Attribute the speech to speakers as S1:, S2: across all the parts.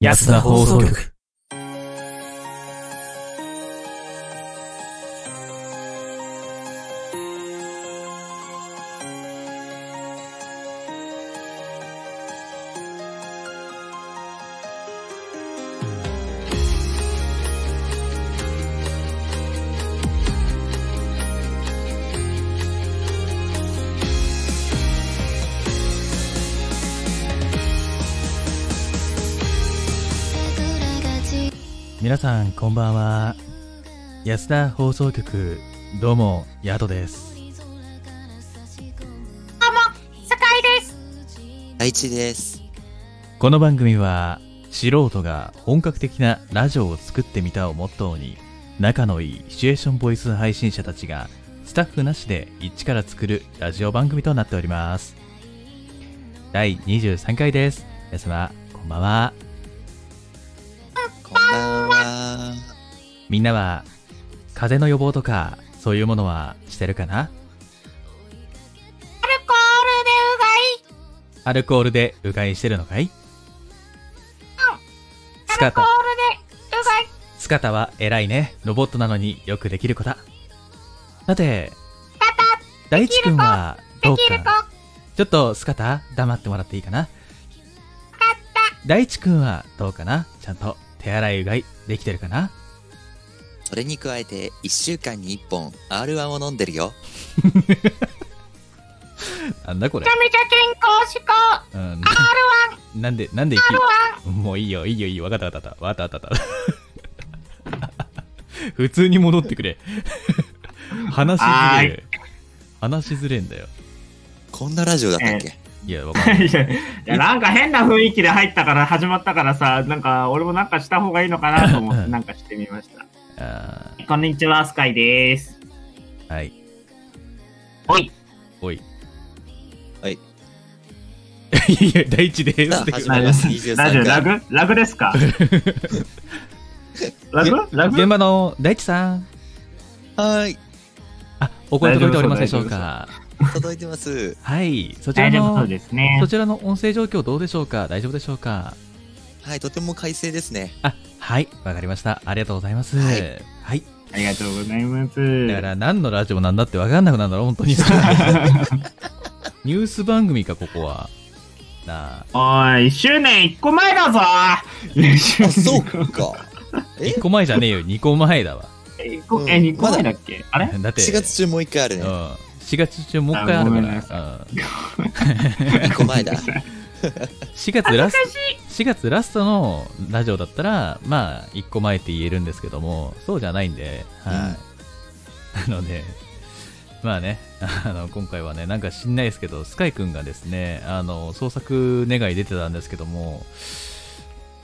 S1: 安田放送局。皆さんこんばんは安田放送局どうもヤドです
S2: 愛知です。
S1: この番組は素人が本格的なラジオを作ってみたをモットーに仲のいいシチュエーションボイス配信者たちがスタッフなしで一から作るラジオ番組となっております第23回です皆様こんばんは
S2: こんばんは。
S1: みんなは風邪の予防とかそういうものはしてるかな
S3: アルコールでう
S1: アルコールでうがいしてるのかいス
S3: がい。
S1: カ
S3: アルコ
S1: タ
S3: ールでうがい。
S1: スカタは偉いね。ロボットなのによくできる子だ。さて、
S3: パタ
S1: 大地君はど
S3: で
S1: う
S3: きる子。
S1: か。ちょっとスカタ、黙ってもらっていいかな。大地君はどうかなちゃんと手洗いうがいできてるかな
S2: それに加えて、1週間に1本 R1 を飲んでるよ。
S1: なんだこれ
S3: めち。ゃめちゃ健康志向。
S1: うん、
S3: R1、
S1: なんで、なんでい
S3: R1。
S1: き、もういいよ、いいよ、いいよ。わかったわかったわかったわかったわかった。 普通に戻ってくれ。話しづれえ。話しづれえんだよ。
S2: こんなラジオだったっけ
S1: いや、わ かんない。
S4: いやいや、なんか変な雰囲気で入ったから、始まったからさ、なんか俺もなんかした方がいいのかなと 思って、なんかしてみました。
S1: あ
S4: こんにちは、スカイです。
S1: ーはい。
S4: おい、
S1: おい。
S2: はい
S1: いや、大地です。
S2: さあ、始まり
S4: り
S2: ま。
S4: ますす
S2: 23
S4: ラジオ、ラ
S2: 回。
S4: グラグで すかラグラ
S1: 現
S4: グ
S1: 場の大地さん。
S2: はーい。
S1: あ、お声届いておりますでしょうか。
S2: 届いてます。
S1: はい。そちら
S4: 大丈夫そ
S1: の
S4: う、ですね
S1: そ。ちらの音声状況どうでしょうか大丈夫でしょうか
S2: はい、とても快晴です ね。
S1: あ、はい。わかりました。ありがとうございます。は
S2: はいい。
S4: ありがとうございます。
S1: だから、何のラジオなんだってわかんなくなるんだろ、本当 に。ニュース番組か、ここは。なあ、
S4: おい、1周年1個前だぞ
S2: あ、そうか。え
S1: 1個前じゃねえよ、2個前だわ。
S4: 一個 え、2個前だっけあれ
S1: だって、
S2: 4月中もう1回ある
S1: うん。
S2: ね。
S1: 4月中もう一回ある
S4: あ
S1: か
S4: ごめん
S1: ら。
S4: な
S1: うん
S2: 1個前だ。
S1: 4月ラス4月ラストのラジオだったら、まあ、1個前って言えるんですけども、そうじゃないんで、はい。なので、まあね、 あの、今回はね、なんか知んないですけど、スカイくんがですね、あの、創作願い出てたんですけども、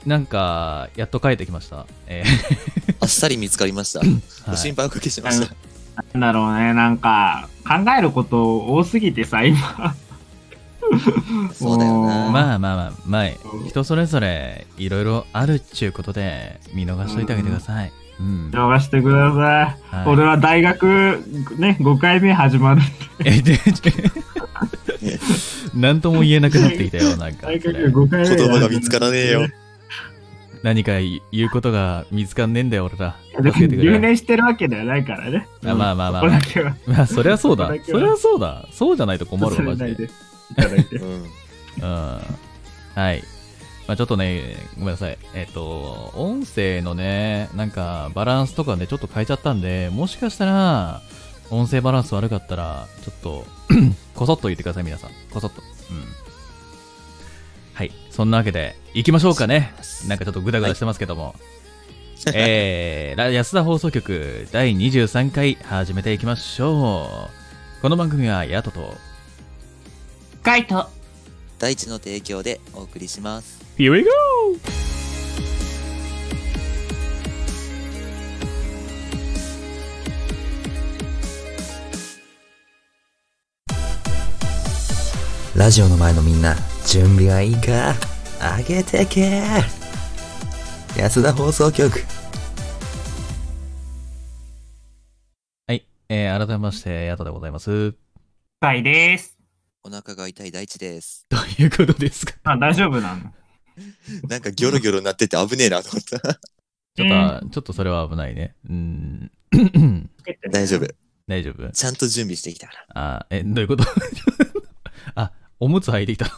S1: なんか、やっと帰ってきました。え
S2: あっさり見つかりました。
S1: ー
S2: ご
S1: はい
S2: 心配おかけしました。
S4: なんだろうね、なんか、考えること多すぎてさ、 今。
S2: そうだよ
S4: うん
S1: まあ
S2: な。
S1: まあまあ、まあ、人それぞれ、いろいろあるっちゅうことで、見逃しといてあげてください。うん。
S4: 逃してください。
S1: はい
S4: 俺は大学、ね、5回目始まる。
S1: え、で、何とも言え なくなってきたよ、なんか。
S4: 大
S1: そ
S4: 学
S1: れ
S4: 5回目。
S2: 言葉が見つからねえよ。
S1: 何か言うことが見つかんねえんだよ、俺ら。
S4: でも
S1: 助けてく
S4: 留
S1: れ。
S4: 年してるわけではないからね。
S1: あまあまあまあ
S4: ここだけは。
S1: まあ、そりゃそうだ
S4: それだ。け
S1: そ
S4: は
S1: りゃそうだ。そうじゃないと困るわ、マ
S4: 忘
S1: ジ
S4: れない
S1: で。
S4: で。いただいて。
S2: うん。
S1: うん。はい。まあ、ちょっとね、ごめんなさい。えっと、音声のね、なんか、バランスとかね、ちょっと変えちゃったんで、もしかしたら、音声バランス悪かったら、ちょっと、 こそっと言ってください、皆さん。こそっと。うん。はい。そんなわけで、行きましょうかね。なんかちょっとグダグダしてますけども。 えー、ラ安田放送局第23回始めていきましょう。この番組はヤトと、
S4: カイト。
S2: 大地の提供でお送りします。
S1: Here we go!
S5: ラジオの前のみんな、準備はいいか上げてけ安田放送局。
S1: はい。えー、改めまして、ヤトでございます。
S4: カイです。
S2: お腹が痛い大地です。
S1: ということですか。
S4: あ、大丈夫なの
S2: なんかギョロギョロなってて危ねえなと思った。
S1: ちょっと、あちょっとそれは危ないね。うん。
S2: 大丈夫。
S1: 大丈夫
S2: ちゃんと準備してきた から。
S1: あ、え、どういうこと あ、おむつ履いてきた。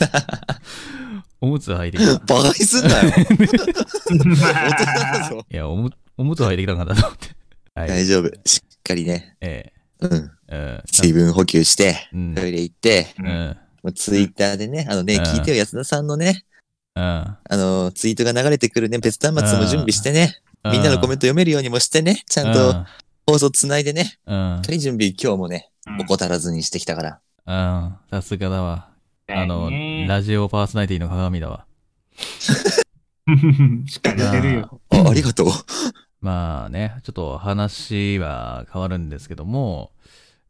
S1: おむつ履いてきた。
S2: バカにすんなよ。大人だぞ。
S1: いや、おむ、おむつ履いてきたんかなと思って。はい。
S2: 大丈夫。しっかりね。
S1: え
S2: うん。
S1: えうんちゃん
S2: 水分補給 して、
S1: うん
S2: トイレ行って、
S1: うん。
S2: ツイッターでね、あのね、
S1: うん
S2: 聞いてよ、安田さんのね、
S1: うん。
S2: あの、ツイートが流れてくるね、別端末も準備してね、みんなのコメン
S1: ト
S2: ト読めるようにもしてね、ち
S1: ち
S2: ゃんと。放送つないでね、
S1: うん。うん
S2: しっかり準備今日もね、
S4: うん
S2: 怠らずにしてきたから。
S1: うん。さすがだわ。あの、ラジオパーソナリティの鏡だわ。
S4: しっかり出てるよ。
S2: あ、ありがとう。
S1: まあね、ちょっと話は変わるんですけども、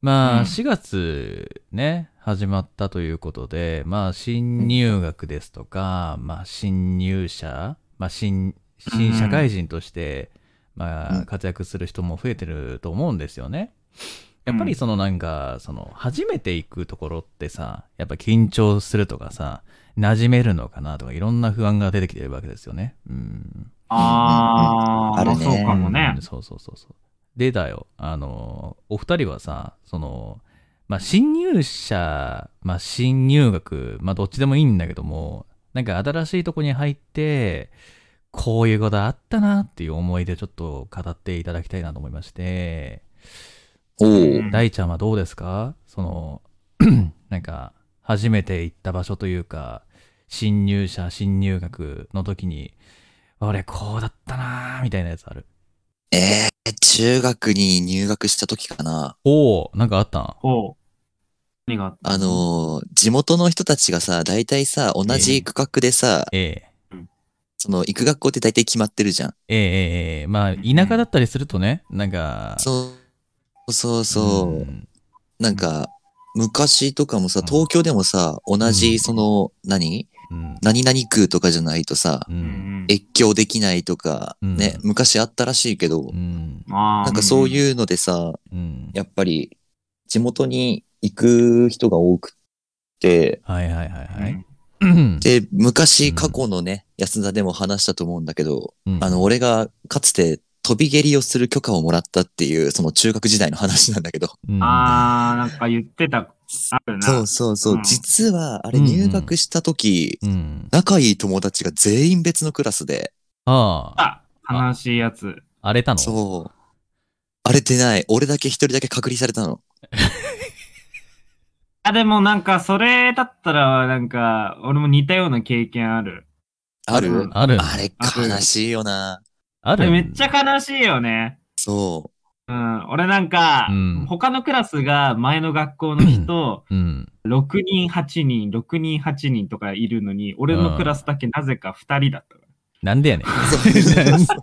S1: ま
S4: う
S1: あ
S4: ん
S1: 4月ね、始まったということで、まあ新入学ですとか、まあ新入社、まあ新、新社会人として、ま
S2: う
S1: あ
S2: ん
S1: 活躍する人も増えてると思うんですよね。やっぱりそのなんか、その初めて行くところってさ、やっぱ緊張するとかさ、馴染めるのかなとかいろんな不安が出てきてるわけですよね。うん。
S4: あー、
S2: あるね
S4: そうかもね
S1: うん。そうそうそうそう。でだよ、あの、お二人はさ、その、まあ、新入社、まあ、新入学、まあ、どっちでもいいんだけども、なんか新しいとこに入って、こういうことあったなっていう思い出をちょっと語っていただきたいなと思いまして、
S2: お
S4: う
S2: お。
S4: ん
S1: 大ちゃんはどうですかその、 なんか、初めて行った場所というか、新入社、新入学の時に、俺、こうだったなーみたいなやつある。
S2: えー、中学に入学した時かな。
S1: おおなんかあったん
S4: おう。何があった
S2: あのー地元の人たちがさ、大体さ、同じ区画でさ、
S1: ええ
S2: その、行く学校って大体決まってるじゃん。
S1: ええええええまあ田舎だったりするとねなんか
S2: そう、そうそう。
S1: ん
S2: なんか、昔とかもさ、
S1: うん
S2: 東京でもさ、同
S1: うん
S2: じ、その、何
S1: うん
S2: 何々区とかじゃないとさ、
S1: う
S4: うんん
S2: 越境できないとか、
S1: うん
S2: ね、昔あったらしいけど
S1: う、ん
S4: あー
S2: なんかそういうのでさ、
S1: うん
S2: やっぱり、地元に行く人が多くて、
S1: はいはいはいはい、
S2: で、昔、
S1: うん
S2: 過去のね、安田でも話したと思うんだけど、
S1: うん
S2: あの、俺がかつて飛び蹴りをする許可をもらったっていう、その中学時代の話なんだけど。
S1: うん
S4: あー、なんか言ってた、あるな。
S2: そうそうそう。
S4: うん
S2: 実は、あれ
S1: うんうん
S2: 入学した時、
S1: うん
S2: 仲いい友達が全員別のクラスで、
S1: ああ
S4: あ、悲しいやつ。
S1: 荒れたの
S2: そう。荒れてない。俺だけ一人だけ隔離されたの。
S4: あ、でもなんか、それだったら、なんか、俺も似たような経験ある。
S2: ある、
S4: うん
S1: ある
S2: あれ
S4: ある
S2: 悲しいよ
S1: あ
S2: な。
S4: あれ
S1: る
S4: めっちゃ悲しいよね。
S2: そ
S4: うん、俺なんか、
S1: うん
S4: 他のクラスが前の学校の人、
S1: うん
S4: 6人、8人、6人、8人とかいるのに、俺のクラスだけなぜか2人だった。
S1: なん でやねん
S2: う。そう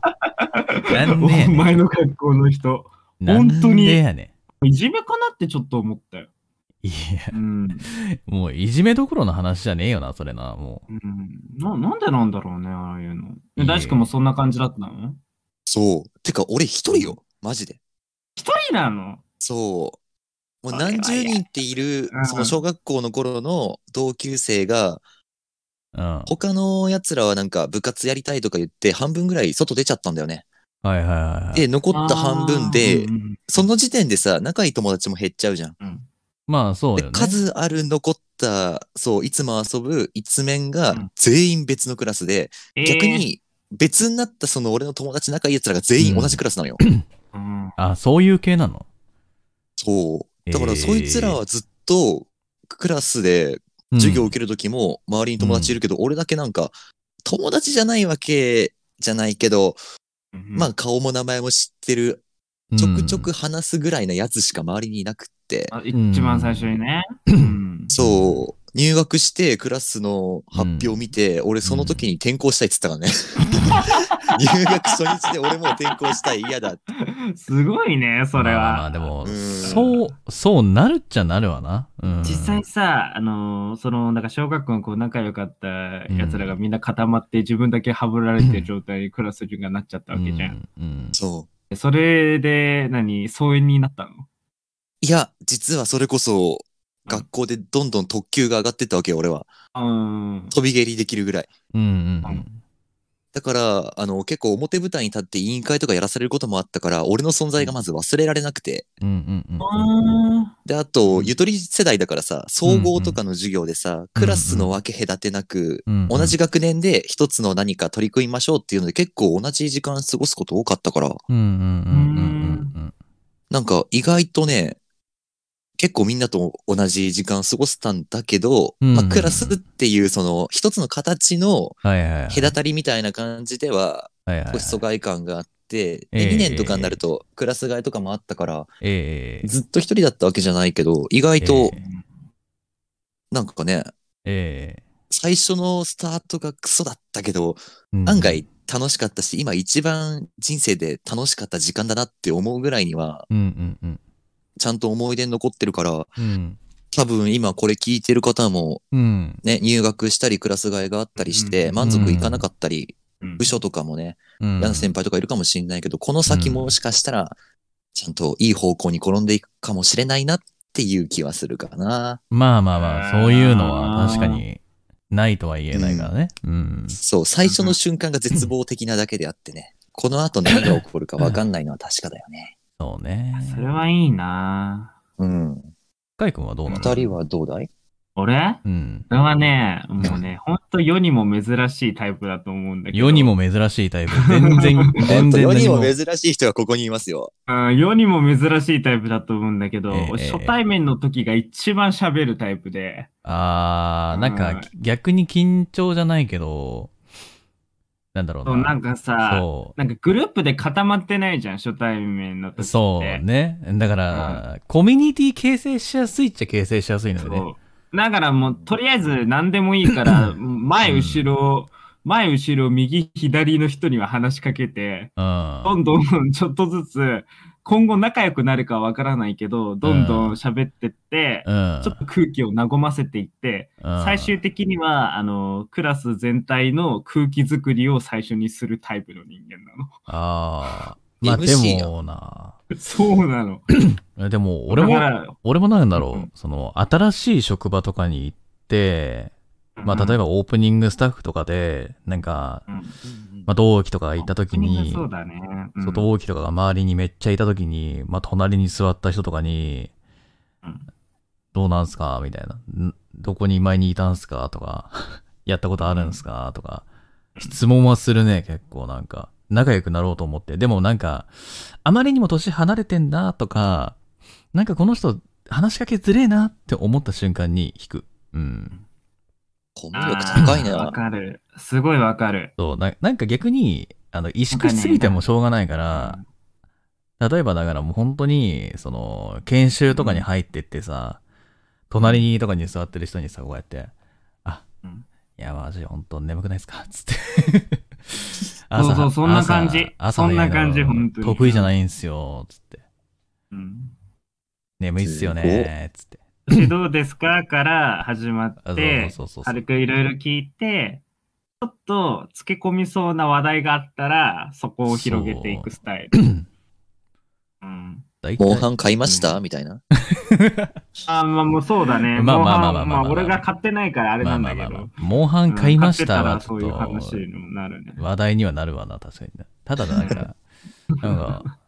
S1: なんでやねん
S4: 前の学校の人。
S1: なん
S4: 本当に
S1: でやね
S4: いじめかなってちょっと思ったよ。
S1: んいや
S4: うん。
S1: もういじめどころの話じゃねえよなそれなもう
S4: うん、ななんでなんだろうね、ああいうの。
S1: えいえ
S4: え大志くんもそんな感じだったの
S2: そう。てか、俺一人よ。マジで。
S4: 一人なの
S2: そう。もう
S4: それは
S2: 何十人っている
S4: う、ん
S2: その小学校の頃の同級生が、
S1: うんはい
S2: 他の奴らはなんか部活やりたいとか言って、半分ぐらい外出ちゃったんだよね。
S1: はいはいはい
S2: で、残った半分
S4: あ
S2: で
S4: ーう、ん
S2: その時点でさ、仲いい友達も減っちゃうじゃん。
S4: うん
S1: まあそう
S2: で
S1: よね
S2: 数ある残った、そう、いつも遊ぶ一面が
S4: うん
S2: 全員別のクラスで、
S4: えー
S2: 逆に別になったその俺の友達仲いい奴らが全員同じクラスなのよ。
S4: うん
S1: あそういう系なの
S2: そう。だか
S1: え
S2: ら
S1: ー
S2: そいつらはずっとクラスで
S1: うん
S2: 授業を受ける時も周りに友達いるけど、俺だけなんか友達じゃないわけじゃないけど、まあ顔も名前も知ってる、ちょくちょく話すぐらいなやつしか周りにいなくって。
S4: あ一番最初にね。うん
S2: そう。入学してクラスの発表を見て、俺その時に転校したいっつったからね。入学初日で俺もう転校したい、嫌だって。
S4: すごいね、それは。
S1: まあまあでも、
S2: うん
S1: そう、そうなるっちゃなるわな。うん、
S4: 実際さ、あのーその、なんか小学校のこう仲良かったやつらがみんな固まって自分だけはぶられてる状態にクラス中がなっちゃったわけじゃん。
S1: うん。うん
S2: そう。
S4: でそれで、何、疎遠になったの
S2: いや、実はそれこそ、学校でどんどん特級が上がってったわけよ、俺は。
S4: うん。
S2: 飛び蹴りできるぐらい。
S1: うんうんう。
S4: うん
S2: だから、あの、結構表舞台に立って委員会とかやらされることもあったから、俺の存在がまず忘れられなくて。
S1: うんうんうん
S4: あ
S2: で、あと、ゆとり世代だからさ、総合とかの授業でさ、クラスの分け隔てなく、
S1: うん。
S2: 同じ学年で一つの何か取り組みましょうっていうので結構同じ時間過ごすこと多かったから、
S1: うんうんうんうんうんうん。
S2: なんか意外とね、結構みんなと同じ時間過ごせたんだけど、
S1: うん
S2: まあクラスっていうその一つの形の
S1: はいはいはい。
S2: 隔たりみたいな感じでは、
S1: はいはいは
S2: 少
S1: い
S2: し疎外感があって、
S1: ええ
S2: で2年とかになるとクラス替えとかもあったから、
S1: ええ
S2: ずっと一人だったわけじゃないけど、意外となんかね、
S1: ええ
S2: 最初のスタートがクソだったけど、
S1: うん
S2: 案外楽しかったし、今一番人生で楽しかった時間だなって思うぐらいには、
S1: うんうんうん
S2: ちゃんと思い出に残ってるから、
S1: うん
S2: 多分今これ聞いてる方も
S1: うん
S2: ね、入学したりクラス替えがあったりし
S4: うんう
S2: て、
S4: ん
S2: 満足いかなかったり、
S4: うん
S2: 部署とかもね、
S1: うん
S2: 嫌な先輩とかいるかもしれないけど、この先もしかしたら、ちゃんといい方向に転んでいくかもしれないなっていう気はするかな。
S1: まあまあまあ、そういうのは確かにないとは言えないからね。うん。
S2: そう、最初の瞬間が絶望的なだけであってね、この後何が起こるかわかんないのは確かだよね。
S1: そうね。
S4: それはいいな
S2: うん。
S1: かいくんはどうなの
S2: 二人はどうだい
S4: 俺
S1: うん。
S4: それはね、もうね、ほんと世にも珍しいタイプだと思うんだけど。
S1: 世にも珍しいタイプ。 全然、全然
S2: 世に
S1: 何
S2: も
S1: も。
S2: 珍しい人がここにいますよ。
S4: うん世にも珍しいタイプだと思うんだけど、
S1: ええ
S4: 俺初対面の時が一番喋るタイプで。
S1: あー、なんか逆に緊張じゃないけど、なんだろう
S4: そう
S1: な。
S4: なんかさ、
S1: そ
S4: なんかグループで固まってないじゃん、初対面の時っ
S1: う。
S4: て。
S1: そうね。だから、コミュニティ形成しやすいっちゃ形成しやすいのよね。
S4: そうだからもう、とりあえず何でもいいから、前、後ろ、前、後ろ、右、左の人には話しかけて、
S1: うん。
S4: どんどんちょっとずつ、今後仲良くなるかわからないけど、どんどん喋ってって、
S1: うん。
S4: ちょっと空気を和ませていって、最終的には、あの、クラス全体の空気づくりを最初にするタイプの人間 なの。
S1: ああ。まあで
S2: MC
S1: もな。
S4: そうなの。
S1: えでも俺
S4: だか
S1: も、
S4: ら
S1: 俺もなんだろう、
S4: うん
S1: その新しい職場とかに行って、まあ例えばオープニングスタッフとかで、なんか、
S4: うん、
S1: まあ同期とかがいた時に、
S4: そうだね。うん
S1: そう同期とかが周りにめっちゃいた時に、まあ隣に座った人とかに、
S4: うん
S1: どうなんすかみたいな。んどこに前にいたんすかとか、 やったことあるんすかとか、質問はするね、結構なんか。仲良くなろうと思って。でもなんか、あまりにも年離れてんなとか、なんかこの人話しかけづれえなって思った瞬間に引く。うん。
S2: コミュ力高い
S4: あーわ
S2: な。
S4: かる。すごいわかる。
S1: そうな、なんか逆に、あの、萎縮しすぎてもしょうがないから、例えばだからもう本当に、その、研修とかに入ってってさ、隣にとかに座ってる人にさ、こうやって、あ、
S4: うん
S1: いや、マジ本当眠くないですかつ って。
S4: そうそうそんな感じ
S1: 朝朝
S4: そんな感じ
S1: あの
S4: 本当に
S1: 得意じゃないんすよ、つって。
S4: うん
S1: 眠いっすよね、つって。
S4: 私どうですかから始ま
S1: あ
S4: って、
S1: そうそうそうそう
S4: 軽。くいろいろ聞いて、ちょっと付け込みそうな話題があったら、そこを広げていくスタイル。うん、
S1: 大体
S2: モンハン買いましたみたいな。
S4: あーまあもうそうだね。
S1: まあまあまあ
S4: もう
S1: まあまあまあまあ
S4: 俺が買ってないからあれなんだけ
S1: まあまあまあ
S4: ど。
S1: まあモンハン買いました
S4: うん買
S1: は
S4: って
S1: ち
S4: た
S1: ょ
S4: ら
S1: っ
S4: そういう
S1: と
S4: 話にもなるね。
S1: 話題にはなるわな、確かにね。ただなんか、 なんか、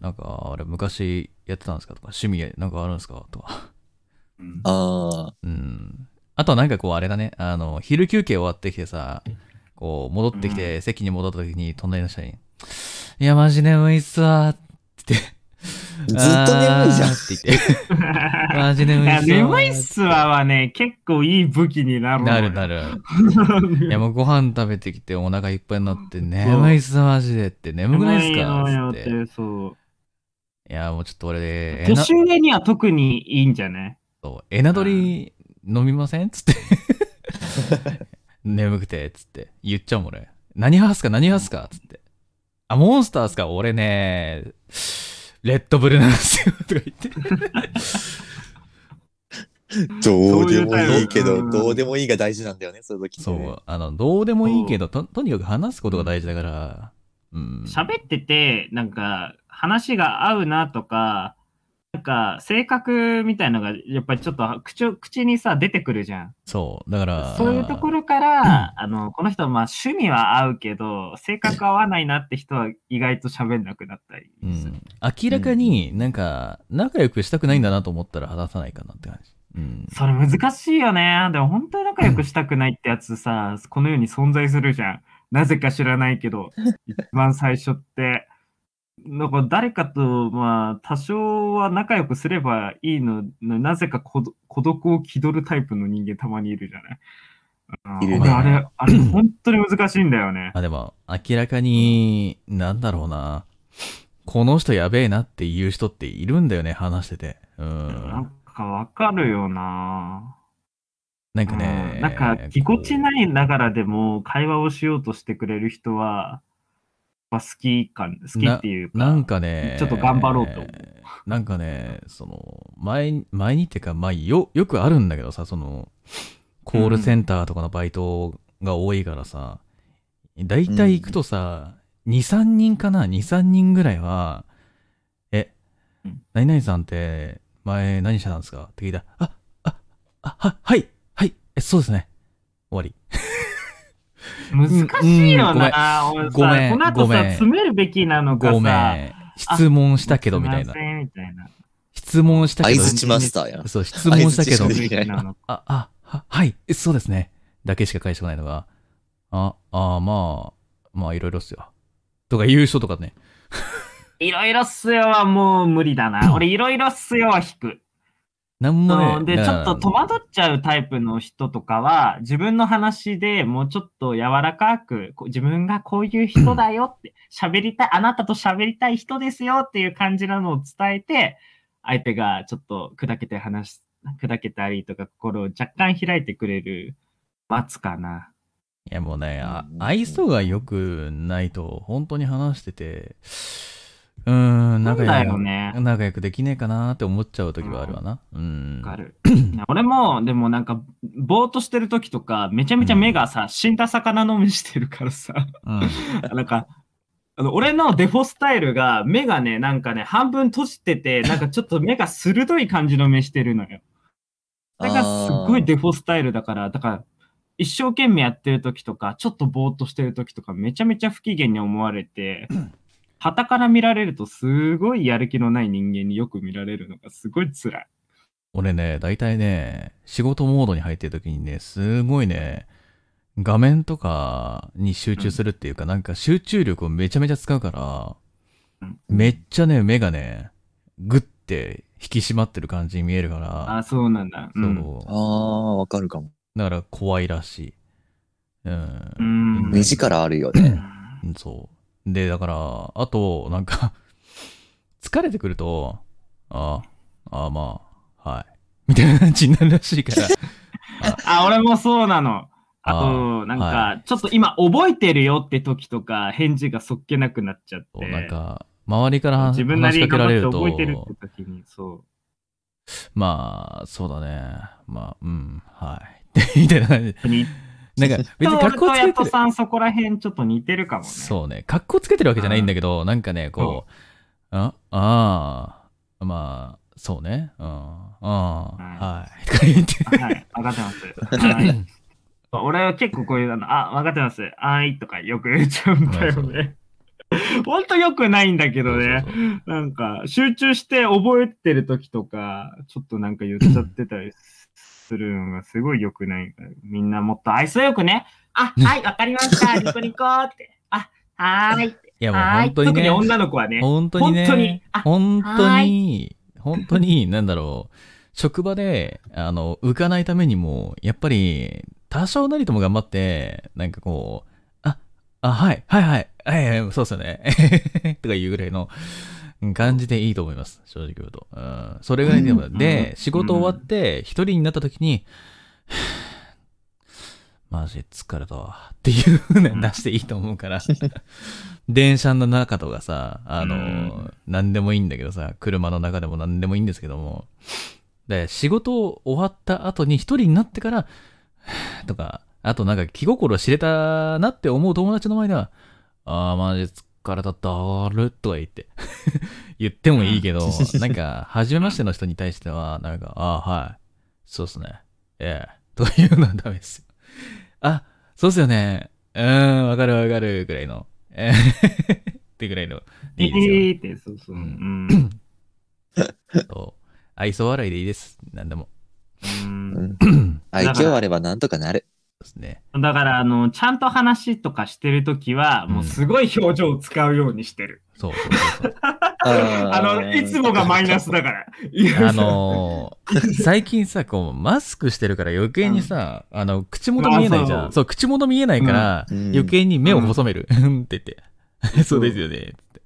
S1: なんか、あれ昔やってたんですかとか、趣味なんかあるんですかとか。
S4: うん
S2: ああ。
S1: うん。あとはなんかこう、あれだね、あの、昼休憩終わってきてさ、こう、戻ってきて、席に戻った時に隣の人に、いや、マジ眠いっすわ、って言って。
S2: ずっと眠いじゃん
S1: あーって言って。マジ眠
S4: い
S1: い
S4: や
S1: っすわ。
S4: 眠いっすわはね、結構いい武器になるの
S1: な
S4: よ
S1: るなる。い やもうご飯食べてきてお腹いっぱいになって眠いっすマジでって眠くないっすか
S4: 眠いよ
S1: つっ。
S4: ってて、そう。
S1: いやもうちょっと俺で、えな
S4: 年上には特にいいんじゃない
S1: そうエナドリ飲みませんつって。眠くて、つって。言っちゃうもん俺。何派っすか何派っすかつって。あ、モンスターっすか俺ね、レッドブルなんですよ。 とか言って。
S2: どうでも
S4: そういうタイプ
S2: いいけ
S4: う
S2: ど、
S4: ん
S2: どうでもいいが大事なんだよね、そういう時って
S1: そ
S2: ね。
S1: う。あの、どうでもいいけど、ととにかく話すことが大事だから。うん。
S4: 喋ってて、なんか、話が合うなとか、なんか、性格みたいのが、やっぱりちょっと口を、口にさ、出てくるじゃん。
S1: そう、だから、
S4: そういうところから、あの、この人はまあ趣味は合うけど、性格合わないなって人は意外と喋んなくなったり
S1: う
S4: する。
S1: ん、明らかになんか、仲良くしたくないんだなと思ったら話さないかなって感じ。うん、
S4: それ難しいよね。でも本当に仲良くしたくないってやつさ、この世に存在するじゃん。なぜか知らないけど、一番最初って。なんか誰かと、まあ、多少は仲良くすればいいの、なぜか孤独孤独を気取るタイプの人間たまにいるじゃない。あ
S2: いるね
S4: 俺あれ、あれ、本当に難しいんだよね。
S1: あ、でも、明らかに、なんだろうな。この人やべえなっていう人っているんだよね、話してて。う。
S4: なんんかわかるよな
S1: なんかね
S4: う。んなんかぎこち
S1: い。
S4: ないながらでも会話をしようとしてくれる人は、やっぱ好き感、好きっていうか。
S1: なんかね。
S4: ちょっと頑張ろうと思う
S1: なんかね、その、前に、前にっていうか、まあ、よ、よくあるんだけどさ、その、コールセンターとかのバイトが多いからさ、大体行くとさ、2、3人かな ?2、3人ぐらいは、え
S4: うん、
S1: 何々さんって、前何してたんですかって聞いたら、あ、あ、あ、は、はい、はい、え、そうですね。終わり。
S4: 難しいよ
S1: うん
S4: な、俺さ
S1: ごめん
S4: この後
S1: ごめん
S4: さ、詰めるべきなのかさ。
S1: ごめん。質問したけど、みたいな
S4: す。ませんみたいな。
S1: 質問したけ
S2: 相
S1: ど。
S2: づちマスターやん。
S1: そう、質問したけど
S2: 相づち。してるみたいな。
S1: あ、あ、は、はい、えそうですね。だけしか返してこないのが、あ、あ、まあ、まあ、いろいろっすよ。とか言う人とかね。
S4: いろいろっすよはもう無理だな。俺いろいろっすよは引く。
S1: なんも
S4: の
S1: ね。
S4: で、ちょっと戸惑
S1: っ
S4: っちゃうタイプの人とかは、自分の話でもうちょっと柔らかく、こう自分がこういう人だよって、喋りたい、あなたと喋りたい人ですよっていう感じなのを伝えて、相手がちょっと砕けて話す、砕けたりとか心を若干開いてくれる、待つかな。
S1: いや、もうね、あ
S2: うん
S1: 愛想が良くないと、本当に話してて、うーん、仲良く
S4: そうだよね
S1: 仲良くできねえかなって思っちゃう時はあるわな。うん。
S4: わ かる。俺も、でもなんか、ぼーっとしてる時とか、めちゃめちゃ目がさ、死んだ魚の目してるからさ。
S1: うん。
S4: なんか、あの俺のデフォスタイルが目がね、なんかね、半分閉じ てて、なんかちょっと目が鋭い感じの目してるのよ。だからすっごいデフォスタイルだから、だから、一生懸命やってる時とか、ちょっとぼーっとしてる時とか、めちゃめちゃ不機嫌に思わ れて、旗から見られると、すごいやる気のない人間によく見られるのがすごい辛い。
S1: 俺ね、大体ね、仕事モードに入ってる時にね、すごいね、画面とかに集中するっていうか、なんか集中力をめちゃめちゃ使うから、
S4: うん
S1: めっちゃね、目がね、ぐって引き締まってる感じに見えるから、
S4: あ、そうなんだ。うん
S1: そう
S2: あーあー、わかるかも。
S1: だから怖いらしい。う。
S4: うんん。
S2: 目力あるよね。
S1: そう。で、だから、あと、なんか、疲れてくると、ああ、ああ、まあ、はい。みたいな感じになるらしいから、
S4: あ、俺もそうなの。あ
S1: あー
S4: と、なん
S1: は
S4: か、ちょっと今覚えてるよって時とか、返事がそっけなくなっちゃっ
S1: そう
S4: て。
S1: なんか、周りから話
S4: 自分な
S1: し
S4: り
S1: か
S4: に
S1: けら
S4: 頑
S1: れ
S4: 張って
S1: ると
S4: 覚え、てるって時に、そ
S1: まあ、そうだね。まあ、うん、はい。 みたいな感じ。
S4: う。に
S1: なんか、別に格好つ
S4: と俺
S1: け
S4: と
S1: て
S4: やと
S1: る。
S4: さんそこら辺ちょっと似てるかもね。
S1: そうね。格好つけてるわけじゃないんだけど、なんかね、こう、あ、ああ、まあ、そうね。うん、ああ、はい。とか言って。
S4: はい、わかってます。はい俺は結構こういうの、あ、わかってます。あーいとかよく言っちゃうんだよね。ほんとよくないん だけどね。
S1: そうそう
S4: なんか、集中して覚えてる時とか、ちょっとなんか言っちゃってたりするのがすごい良くないから。みんなもっと愛想よくね。あ、はい、わかりました。ニコニコって。あ、はーいって。
S1: いや、もう
S4: はーい。
S1: 本当に
S4: 特に
S1: ね。
S4: 女の子はね。
S1: 本当にね。
S4: 本当にあ
S1: 本当
S3: は
S1: に、本当に、 なんだろう。職場で、あの、浮かないためにも、やっぱり、多少なりとも頑張って、なんかこう、あ、あ、はい、はい、はい、はい、はいそうっすよね。 とかいうぐらいの感じでいいと思います。正直言うと。うん。それぐらいでも、
S4: ん
S1: で
S4: う、ん
S1: 仕事終わって、一人になった時に、 はぁマジ疲れたわ。っていうね、
S4: うん
S1: 出していいと思うから。電車の中とかさ、あの、
S4: うん
S1: 何でもいいんだけどさ、車の中でも何でもいいんですけども、で、仕事終わった後に一人になってから、は ぁとか、あとなんか気心知れたなって思う友達の前では、あーマジ疲れただるとか言って、 言ってもいいけ ど、なんか、初めましての人に対しては、なんか、ああ、はい。そうっすね。ええ。というのはダメですよ。あ、そうっすよね。うーん、わかるわかる、ぐらいの。ええってぐらいの。でいいですよ。
S4: えーって、そうそう。うん。うん
S1: そう愛想笑いでいいです。なんでも。
S2: うん愛嬌あればなんとかなる。
S1: そうですね。
S4: だから、あの、ちゃんと話とかしてるときは、もうすごい表情を使うようにしてる。
S1: そうそうそうそう。
S4: あの、いつもがマイナスだから。いや
S1: あのー最近さ、こう、マスクしてるから余計にさ、あの、口元見えないじ
S4: まあ
S1: ゃ
S4: そ
S1: ん。
S4: う
S1: そう、口元見えないから、
S2: うん
S1: 余計に目を細める。うんって言って。 そうですよね。って。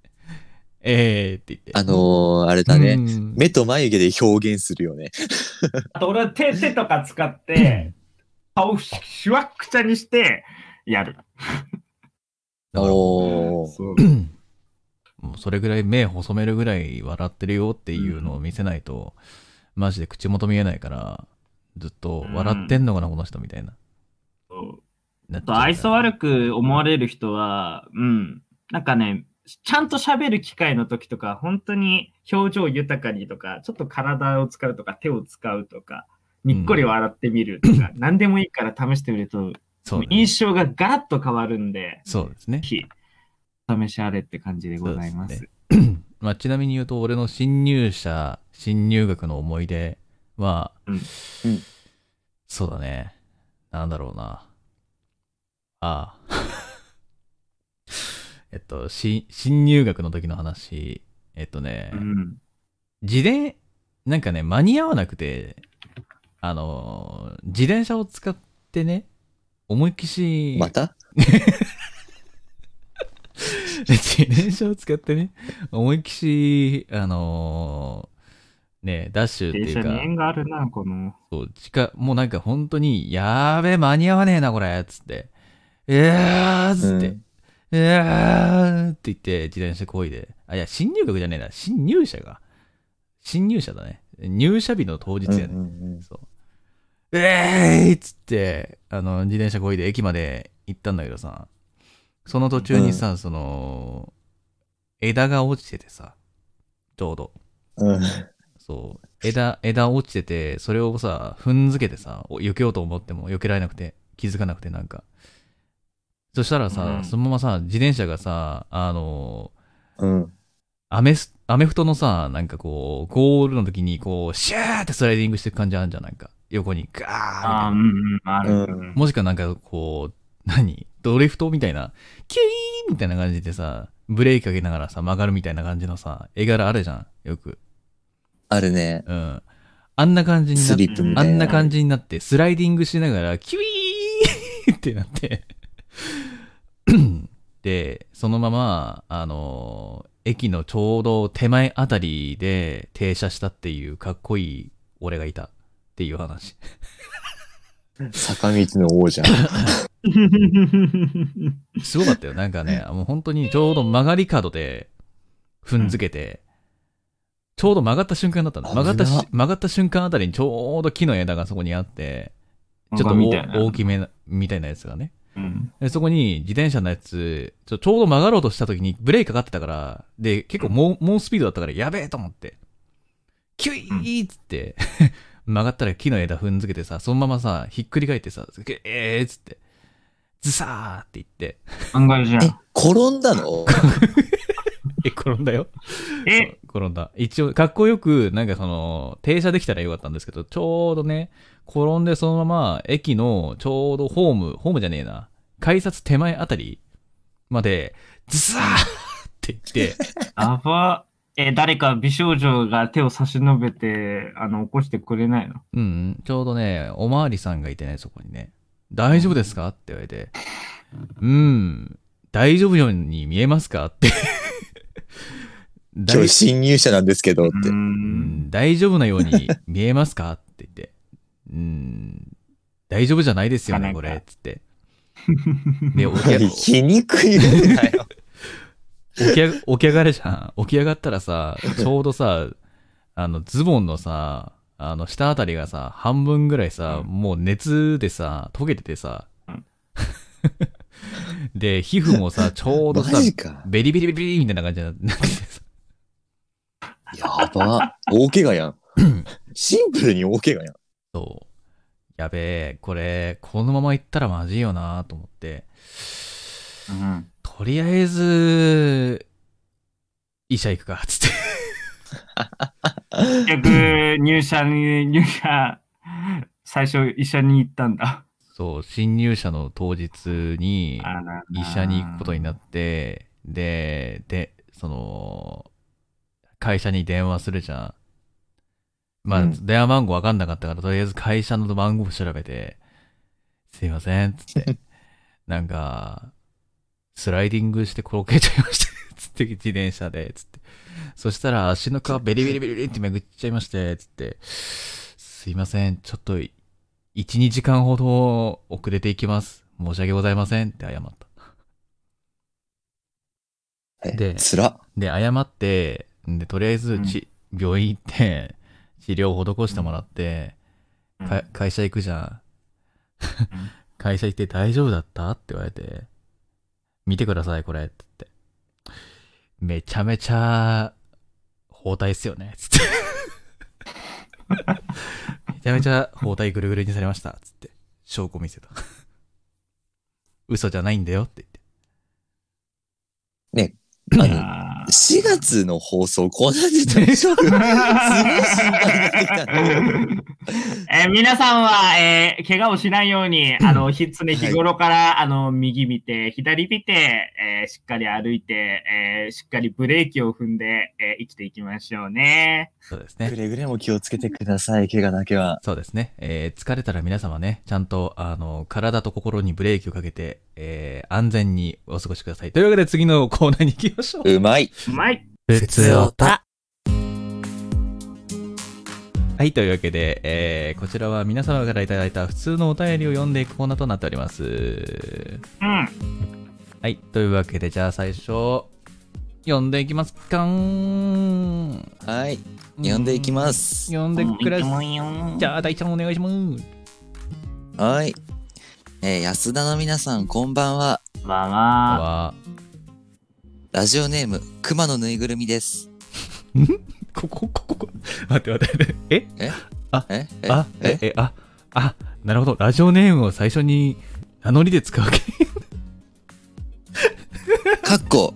S1: えーって言って。
S2: あのー、あれだね。
S1: うん
S2: 目と眉毛で表現するよね。
S4: あと俺は手、手とか使って、顔をししわっくちゃにして、やる。
S1: だからも
S2: おー
S4: そう
S1: うそれぐらい目細めるぐらい笑ってるよっていうのを見せないと、マジで口元見えないから、ずっと笑ってんのかな、この人みたいな。
S4: そう
S1: なっちゃう
S4: あと、愛想悪く思われる人は、うん。なんかね、ちゃんと喋る機会の時とか、本当に表情豊かにとか、ちょっと体を使うとか、手を使うとか、にっこり笑ってみるとか、何でもいいから試してみると、
S1: そうね、
S4: 印象がガラッと変わるんで、
S1: そうですね
S4: ぜ。ひ、試しあれって感じでございます。
S1: そう まあ、ちなみに言うと、俺の新入社、新入学の思い出は、
S4: うんうん
S1: そうだね。なんだろうな。あ あ。えっと、し新入学の時の話、えっとね、
S4: うん。
S1: 自転、なんかね、間に合わなくて、あのー、自転車を使ってね、思いっきし、
S2: また
S1: 自転車を使ってね、思いっきし、あのーね、ダッシュって
S4: 電
S1: い
S4: 車
S1: うか
S4: に、縁があるな、この。
S1: そう近もうなんか本当に、やーべえ、間に合わねえな、これ、つって、えーっつって、
S2: うん
S1: えーって言って、自転車こいで、あ、いや、新入学じゃねえな、新入社が、新入社だね、入社日の当日やね。
S2: うんうんうん
S1: そう。えーいっつって、あの、自転車こいで駅まで行ったんだけどさ、その途中にさ、その、枝が落ちててさ、ちょうど。
S2: うん
S1: そう。枝、枝落ちてて、それをさ、踏んづけてさ、お避けようと思っても避けられなくて、気づかなくて、なんか。そしたらさ、
S4: うん
S1: そのままさ、自転車がさ、あの
S2: うん
S1: アメス、アメフトのさ、なんかこう、ゴールの時にこう、シャーってスライディングしてる感じあるじゃん、なんか。横に、ガーみたい
S4: あ
S1: な
S4: あ、うんうん、ある。
S2: うん
S1: もしかなんかこう、何ドリフトみたいな、キュイーンみたいな感じでさ、ブレーキかけながらさ、曲がるみたいな感じのさ、絵柄あるじゃん、よく。
S2: あるね。
S1: うん。あんな感じにな
S2: ス
S1: って、
S2: リップみ
S1: あ
S2: たいな。
S1: んな感じになって、スライディングしながら、キュイーンってなって。 で、そのまま、あのー駅のちょうど手前あたりで停車したっていうかっこいい俺がいたっていう話。
S2: 坂道の王者。
S1: すごかったよ。なんかね、もう本当にちょうど曲がり角で踏んづけて、ちょうど曲がった瞬間だったの。
S2: 危な
S1: 曲がったし曲がった瞬間あたりにちょうど木の枝がそこにあって、ちょっと
S4: なんかみたいな
S1: お大きめなみたいなやつがね。
S4: うん
S1: でそこに自転車のやつちょ、ちょうど曲がろうとした時にブレーキかかってたから、で、結構猛猛スピードだったからやべえと思って、キュイーっつって、 曲がったら木の枝踏んづけてさ、そのままさ、ひっくり返ってさ、えーっつって、ズサーって言って、
S4: 案外じゃん
S2: え。、転んだ の
S1: え、 転んだよ。
S4: え、
S1: 転んだ。一応、かっこよく、なんかその、停車できたらよかったんですけど、ちょうどね、転んでそのまま、駅のちょうどホーム、ホームじゃねえな、改札手前あたりまで、ズサーって言って、
S4: あば。え、誰か美少女が手を差し伸べて、あの、起こしてくれないの
S1: うんうん、ちょうどね、おまわりさんがいてね、そこにね、大丈夫ですかって言われて、うん、大丈夫ように見えますかって。
S2: 今日新入社なんですけどって。
S4: うー。
S1: うんん大丈夫なように見えますかって言って、うん、大丈夫じゃないですよね、
S4: な
S1: こ
S4: かなか
S1: れ、つって。で、起き
S2: おい 皮肉言うなよ。
S1: 起き上が起き上がるじゃん。起き上がったらさ、ちょうどさ、あの、ズボンのさ、あの、下あたりがさ、半分ぐらいさ、
S4: うん
S1: もう熱でさ、溶けててさ
S4: うん
S1: で、皮膚もさ、ちょうどさ
S2: マ、ジか。
S1: ベリベリベリベリみたいな感じになっててさ
S2: ば、大怪我や ん。シンプルに大怪我やん。
S1: そう。やべえ、これ、このまま行ったらまずいよなと思って、
S4: うん。
S1: とりあえず、医者行くか、つって。
S4: 逆、入社に、入社、最初医者に行ったんだ。
S1: そう、新入社の当日に、
S4: あら
S1: 医者に行くことになって、で、で、その、会社に電話するじゃん。まあ、
S2: うん
S1: 電話番号わかんなかったから、とりあえず会社の番号を調べて、すいません、つ って。なんか、スライディングして転げちゃいました。つって、自転車で、つって。そしたら足の皮ベリベリベリベリってめぐっちゃいまして、つって。すいません、ちょっと、1、2時間ほど遅れていきます。申し訳ございませんって謝った。
S2: え
S1: で
S2: つら。
S1: で、謝って、で、とりあえずち、病院行って、治療を施してもらって、か会社行くじゃん。会社行って大丈夫だったって言われて、見てください、これ、って言って。めちゃめちゃ、包帯っすよね、つって。めちゃめちゃ包帯ぐるぐるにされました、つって。証拠見せた。嘘じゃないんだよって言って。
S2: あ
S4: うん
S2: の、
S4: あー
S2: 4月の放送、こんなに大 丈夫すごい心配になってきたね。
S4: えー皆さんは、えー怪我をしないように、あの、ひ常日頃から、あの、右見て、左見て、えーしっかり歩いて、えーしっかりブレーキを踏んで、えー生きていきましょうね。
S1: そうです
S2: く
S1: ね。
S2: れぐれも気をつけてください、怪我だけは。
S1: そうですね。えー疲れたら皆様ね、ちゃんと、あの、体と心にブレーキをかけて、えー安全にお過ごしください。というわけで次のコーナーに行きま しょう。
S2: うまい。
S4: うまい。
S5: 普通おた。
S1: はい、というわけで、えーこちらは皆様からいただいた普通のお便りを読んでいくコーナーとなっております。
S4: うん。
S1: はい、というわけで、じゃあ最初、読んでいきますかん。。
S2: はい。読んでいきますす。
S1: 読んでください。じ
S4: じ
S1: ゃあ大ちゃんお願いします。
S2: はい。えー安田の皆さん、こんばんは。
S4: まあまあ。
S1: は、
S2: ラジオネーム、熊のぬいぐるみです。
S1: ここ、ここ、ここ待って待って待って。え
S2: ええ
S1: あ、え
S2: え、
S1: え、あ、あ、なるほど。ラジオネームを最初に名乗りで使うわけ。
S2: かっこ。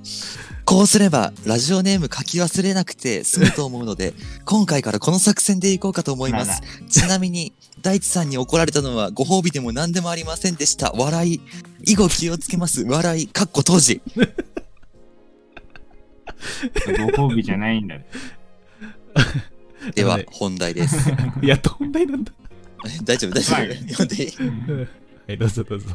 S2: こうすれば、ラジオネーム書き忘れなくて済むと思うので、今回からこの作戦でいこうかと思います。ちなみに、大地さんに怒られたのはご褒美でも何でもありませんでした。笑い。以後気をつけます。笑い。かっこ当時。
S4: ご褒美じゃないんだね。
S2: では
S1: はい、
S2: 本題です。
S1: いや、本題なんだ。
S2: 大丈夫、大丈
S4: はい
S2: 夫。読んでいい
S1: はい、どうぞどうぞ。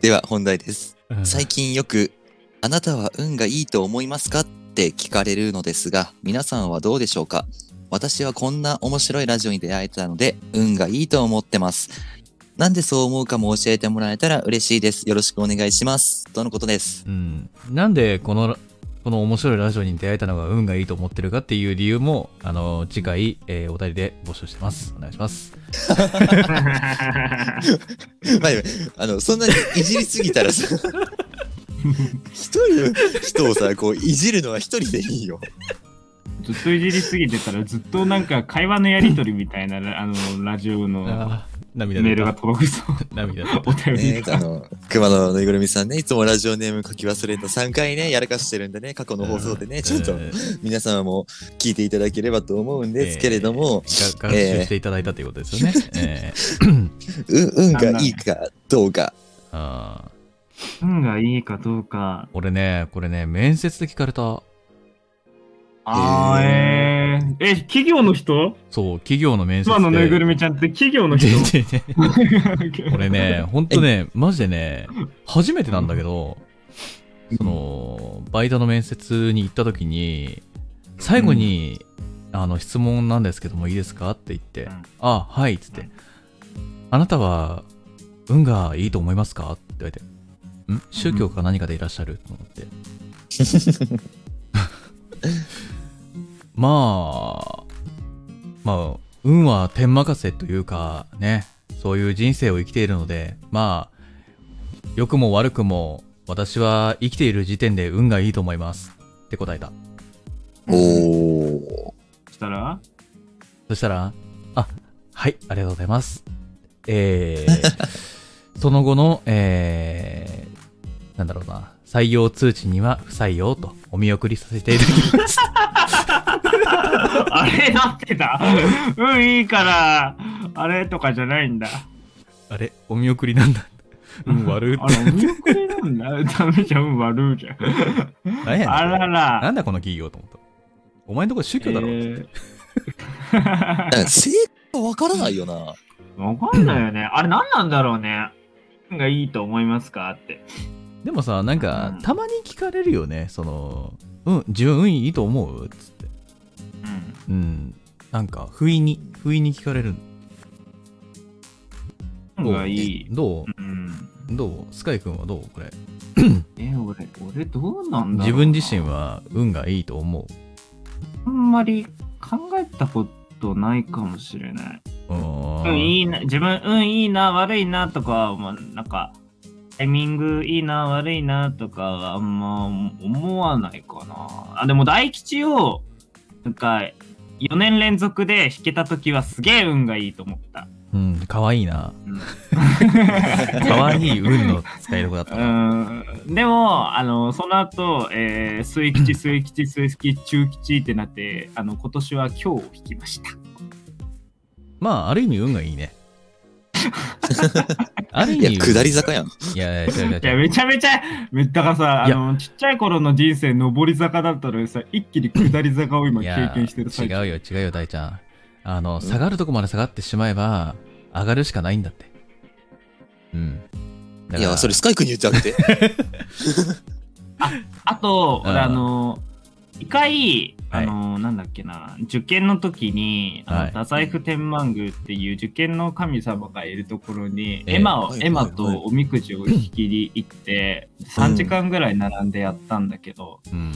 S2: では、本題です。
S1: うん
S2: 最近よく、あなたは運がいいと思いますかって聞かれるのですが、皆さんはどうでしょうか私はこんな面白いラジオに出会えたので、運がいいと思ってます。なんでそう思うかも教えてもらえたら嬉しいです。よろしくお願いします。とのこ とです。
S1: うん。なんで、この、この面白いラジオに出会えたのが運がいいと思ってるかっていう理由も、あの、次回、えーお便りで募集してます。お願いします。
S2: まあ、あの、そんなにいじりすぎた らさ、一人の人をさ、こう、いじるのは一人でい いよ。
S4: ずっといじりすぎてたら、ずっとなんか会話のやりとりみたいな、あの、ラジオの
S1: あー涙
S4: メー
S1: 出
S4: ルが
S1: た。
S4: 届くそう。
S1: 涙出た。
S4: お便り
S2: ね
S4: が
S2: あ。の、熊野ぬいぐるみさんね、いつもラジオネーム書き忘れた3回ね、やらかしてるんでね、過去の放送でね、ちょっと
S1: うんえー
S2: 皆様も聞いていただければと思うんですけれども、
S1: が学習していただいたということですよね。えー
S2: う運がいいかどうか。
S1: あー
S4: 運がいいかどうか。
S1: 俺ね、これね、面接で聞かれた。
S4: あー、えー、え、企業の人
S1: そう、企業の面接で。
S4: 妻のぬいぐるみちゃんって企業の人
S1: ででで 俺ね、ほんとね、マジでね、初めてなんだけど、その、バイトの面接に行った時に、最後に、あの、質問なんですけどもいいですかって言って、
S4: うん
S1: あ、はい、つっ
S4: う
S1: て、あなたは、運がいいと思いますかって言われて、ん宗教か何かでいらっしゃると思って。まあ、まあ、運は天任せというか、ね、そういう人生を生きているので、まあ、良くも悪くも、私は生きている時点で運がいいと思います。って答えた。
S2: おー。
S4: したら
S1: そしたら、あ、はい、ありがとうございます。え ー、その後の、えー、なんだろうな、採用通知には不採用とお見送りさせていただきます。
S4: あれなってたうん、いいから、あれとかじゃないんだ。
S1: あれ、お見送りなん だ。うん、悪っ
S4: あれ、お見送りなんだ。ダメじゃん、うん、悪いじゃん。
S1: 何やねんこ
S4: あ
S1: れ
S4: らら。
S1: なんだこの企業と思った。お前んとこ宗教だろ、
S4: え
S1: う
S4: ー
S2: なんか正解わからないよな。
S4: わかんないよね。あれ何なんだろうね。何がいいと思いますかって。
S1: でもさ、なんか、たまに聞かれるよね。その、うん、自分運いいと思うつって。
S4: うん。
S1: うん。なんか、不意に、不意に聞かれる。
S4: 何がいい。
S1: ど
S4: うん。
S1: うどうスカイ君はどうこれ。
S4: え、俺、俺どうなんだろうな
S1: 自分自身。は運がいいと思
S4: あんまり考えたことないかもしれない。
S1: う。うー
S4: うん、
S1: ん。
S4: いいな。自分、うん、いいな、悪いなとか、まあ、なんか、タイミングいいな、悪いなとかは、あんま思わないかな。あ、でも大吉を、なんか、4年連続で弾けたときはすげえ運がいいと思った。
S1: うん、かわいいな。
S4: うん
S1: かわいい運の使いどころだった
S4: う
S1: な。
S4: んでも、あの、その後、えー、末吉、末吉、末吉、中吉ってなって、あの、今年は今日を引きました。
S1: まあ、ある意味運がいいね。ある
S2: い
S1: 意
S2: や、
S1: 味、
S2: 下り坂やん。
S1: いや、いや、違う違う
S4: いや、
S1: 違う。
S4: めちゃめちゃ、めだからさ、
S1: い
S4: あ
S1: や
S4: の、ちっちゃい頃の人生、上り坂だったのにさ、一気に下り坂を今
S1: いや
S4: 経験してる最中。
S1: 違うよ、違うよ、大ちゃん。あの、下がるとこまで下がってしまえば、上がるしかないんだって。うん。だ
S2: い
S1: から
S2: や、それスカイ君に言ってあげて。
S4: あと、
S1: うん
S4: 俺、あの、一回、
S1: は
S4: あ
S1: い
S4: の、なんだっけな、受験の時に、あの
S1: はい
S4: 太宰府天満宮っていう受験の神様がいるところに、
S1: ええ
S4: エマを、
S2: はい
S4: エマ
S2: はいはい
S4: とおみくじを引きに行って、3時間ぐらい並んでやったんだけど、
S1: うん。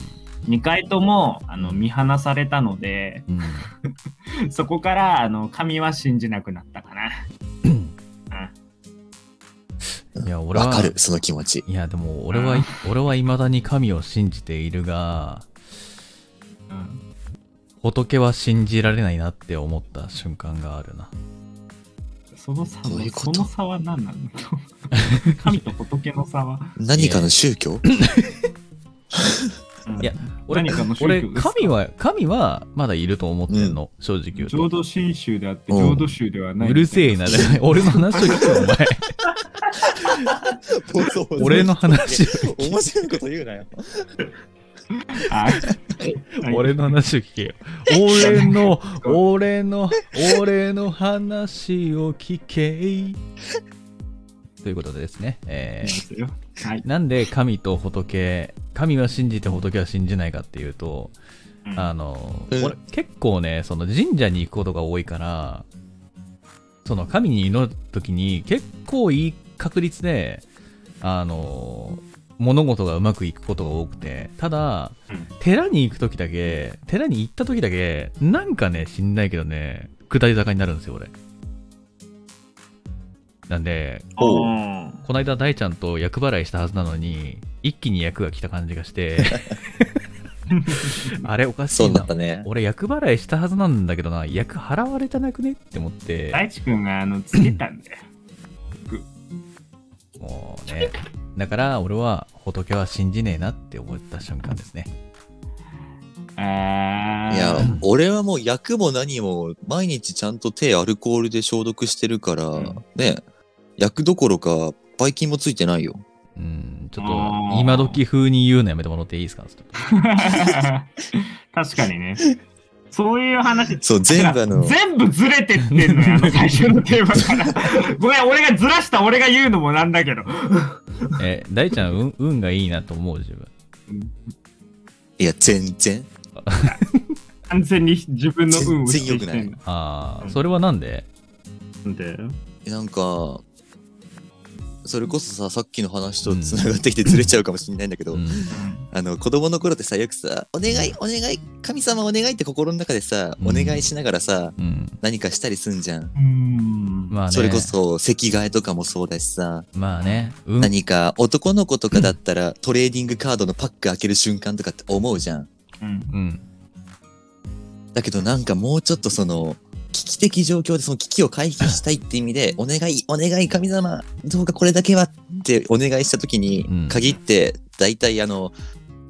S4: 2回とも、あの、見放されたので、
S1: うん
S4: そこから、あの、神は信じなくなったかな。
S1: いや、俺は、
S2: わかる、その気持ち。
S1: いや、でも、俺は、俺はいまだに神を信じているが、
S4: うん
S1: 仏は信じられないなって思った瞬間があるな。
S4: その差は
S2: どういうこ
S4: そ
S2: と
S4: の差は何 なの神と仏の差は。
S2: 何かの宗 教
S4: うん
S1: いや、俺
S4: 何かの宗
S1: 俺、
S4: 教ですか
S1: 神は、神はまだいると思ってんの、正直言う
S4: 浄
S1: と。
S4: 土真宗であって、
S2: うん
S4: 浄土宗ではない。
S1: うるせえな、 俺の話を聞くなお前。俺の話を聞け
S2: 面白いこと言うなよ。
S4: あ。
S1: 俺の話を聞けよ。俺の、俺の、俺の話を聞けい。ということでですね、えー
S4: ですよ。はい。
S1: なんで神と仏、神は信じて仏は信じないかっていうと、
S4: うん
S1: あの、
S2: うん
S1: 俺結構ね、その神社に行くことが多いから、その神に祈るときに結構いい確率で、あの、物事がうまくいくことが多くて、ただ、
S4: うん
S1: 寺に行くときだけ、寺に行ったときだけ、なんかね、しんないけどね、下り坂になるんですよ、俺。なんで、
S2: おう
S4: うん
S1: この間大ちゃんと厄払いしたはずなのに一気に役が来た感じがして あれおかし
S2: そ
S1: いう
S2: な
S1: な
S2: ったね。
S1: 俺厄払いしたはずなんだけどな役払われてなくねって思って
S4: 大地君があのつけたんだよ。
S1: もうねだから俺は仏は信じねえなって思った瞬間ですね
S4: あー
S2: いや、俺はもう役も何も毎日ちゃんと手アルコールで消毒してるから、
S4: うん
S2: ね、役どころか、ばい菌もついてないよ。
S1: うんちょっと
S4: あー
S1: 今時風に言うのやめてもらっていいですかちょっと
S4: 確かにね。そういう話
S2: そう、全部あの、
S4: 全部ずれてってんのよ、あの最初のテーマから。 ごめん、俺がずらした俺が言うのもなんだけど。
S1: え大ちゃん運運がいいなと思う自分
S2: いや、全然。
S4: 完全に自分の運を
S2: 全然良くない
S4: 否定してん
S1: ああ
S4: うん
S1: それはなんで
S4: だなんで
S2: なんか、それこそさ、さっきの話とつながってきてずれちゃうかもしれないんだけど、
S1: うん
S2: あの、子供の頃ってさ、よくさ、お願い、お願い、神様お願いって心の中でさ、
S1: うん
S2: お願いしながらさ、
S1: うん
S2: 何かしたりすんじゃん。
S4: うーん。
S1: まあね
S2: それこそ、席替えとかもそうだしさ、
S1: まあね運
S2: 何か男の子とかだったら、トレーディングカードのパック開ける瞬間とかって思うじゃん。
S4: うん
S1: うん
S2: だけどなんかもうちょっとその、危機的状況でその危機を回避したいって意味で、お願い、お願い神様、どうかこれだけはってお願いした時
S1: うん
S2: に、限って、大体あの、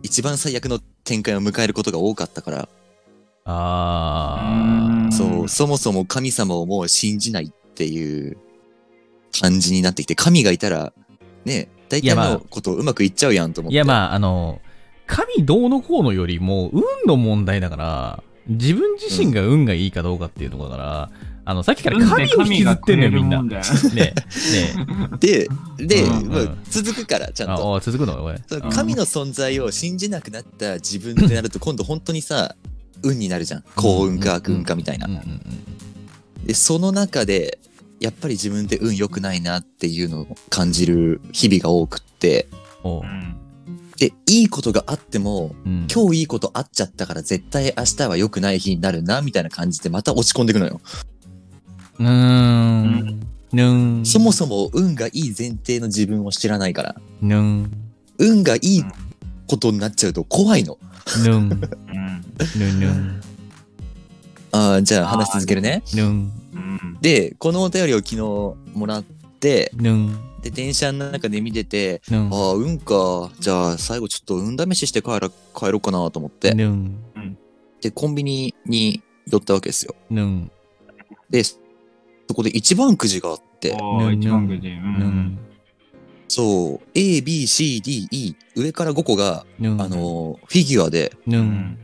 S2: 一番最悪の展開を迎えることが多かったから、
S1: あ
S4: ん
S2: そう、そもそも神様をもう信じないっていう感じになってきて、神がいたら、ね、大
S1: いや
S2: 体
S1: まあ
S2: のことうまくいっちゃうやんと思
S1: ー。い
S2: って。
S1: や、まあ、あの、神どうのこうのよりも、運の問題だから、自分自身が運がいいかどうかっていうところだから、あの、さっきから神を引きずってんのよ、みんな。ねえ、ね
S2: で、で、
S1: うん
S2: まあ
S1: うん
S2: 続くから、ち
S1: え。
S2: ゃん
S1: あ、
S2: と。
S1: おい続くのおい。
S2: そう
S4: うん
S2: 神の存在を信じなくなった自分ってなると、今度本当 にさ、運になるじゃん。幸運か悪運かみたいな
S1: うん。うんうん
S2: で、その中で、やっぱり自分って運良くないなっていうのを感じる日々が多くって、
S1: おう
S2: で、いいことがあっても、
S1: うん
S2: 今日いいことあっちゃったから絶対明日は良くない日になるなみたいな感じでまた落ち込んでいくのよ、
S1: うーん。ぬーん。
S2: そもそも運がいい前提の自分を知らないから
S1: ぬーん。
S2: 運がいいことになっちゃうと怖いの
S1: ぬーん。ぬんぬん。
S2: あーじゃあ話し続けるね
S1: ぬん。
S2: でこのお便りを昨日もらって
S1: ぬん。
S2: で電車の中で見てて
S1: ぬん
S2: あ。あ運かじゃあ最後ちょっと運試しして帰ら帰ろうかなと思って
S1: ぬん。
S2: でコンビニに寄ったわけですよ
S1: ぬん。
S2: でそこで一番くじがあって
S1: ぬん。
S2: そう ABCDE 上から5個が
S1: ぬん。
S2: あ、のーフィギュアで、
S1: ぬん。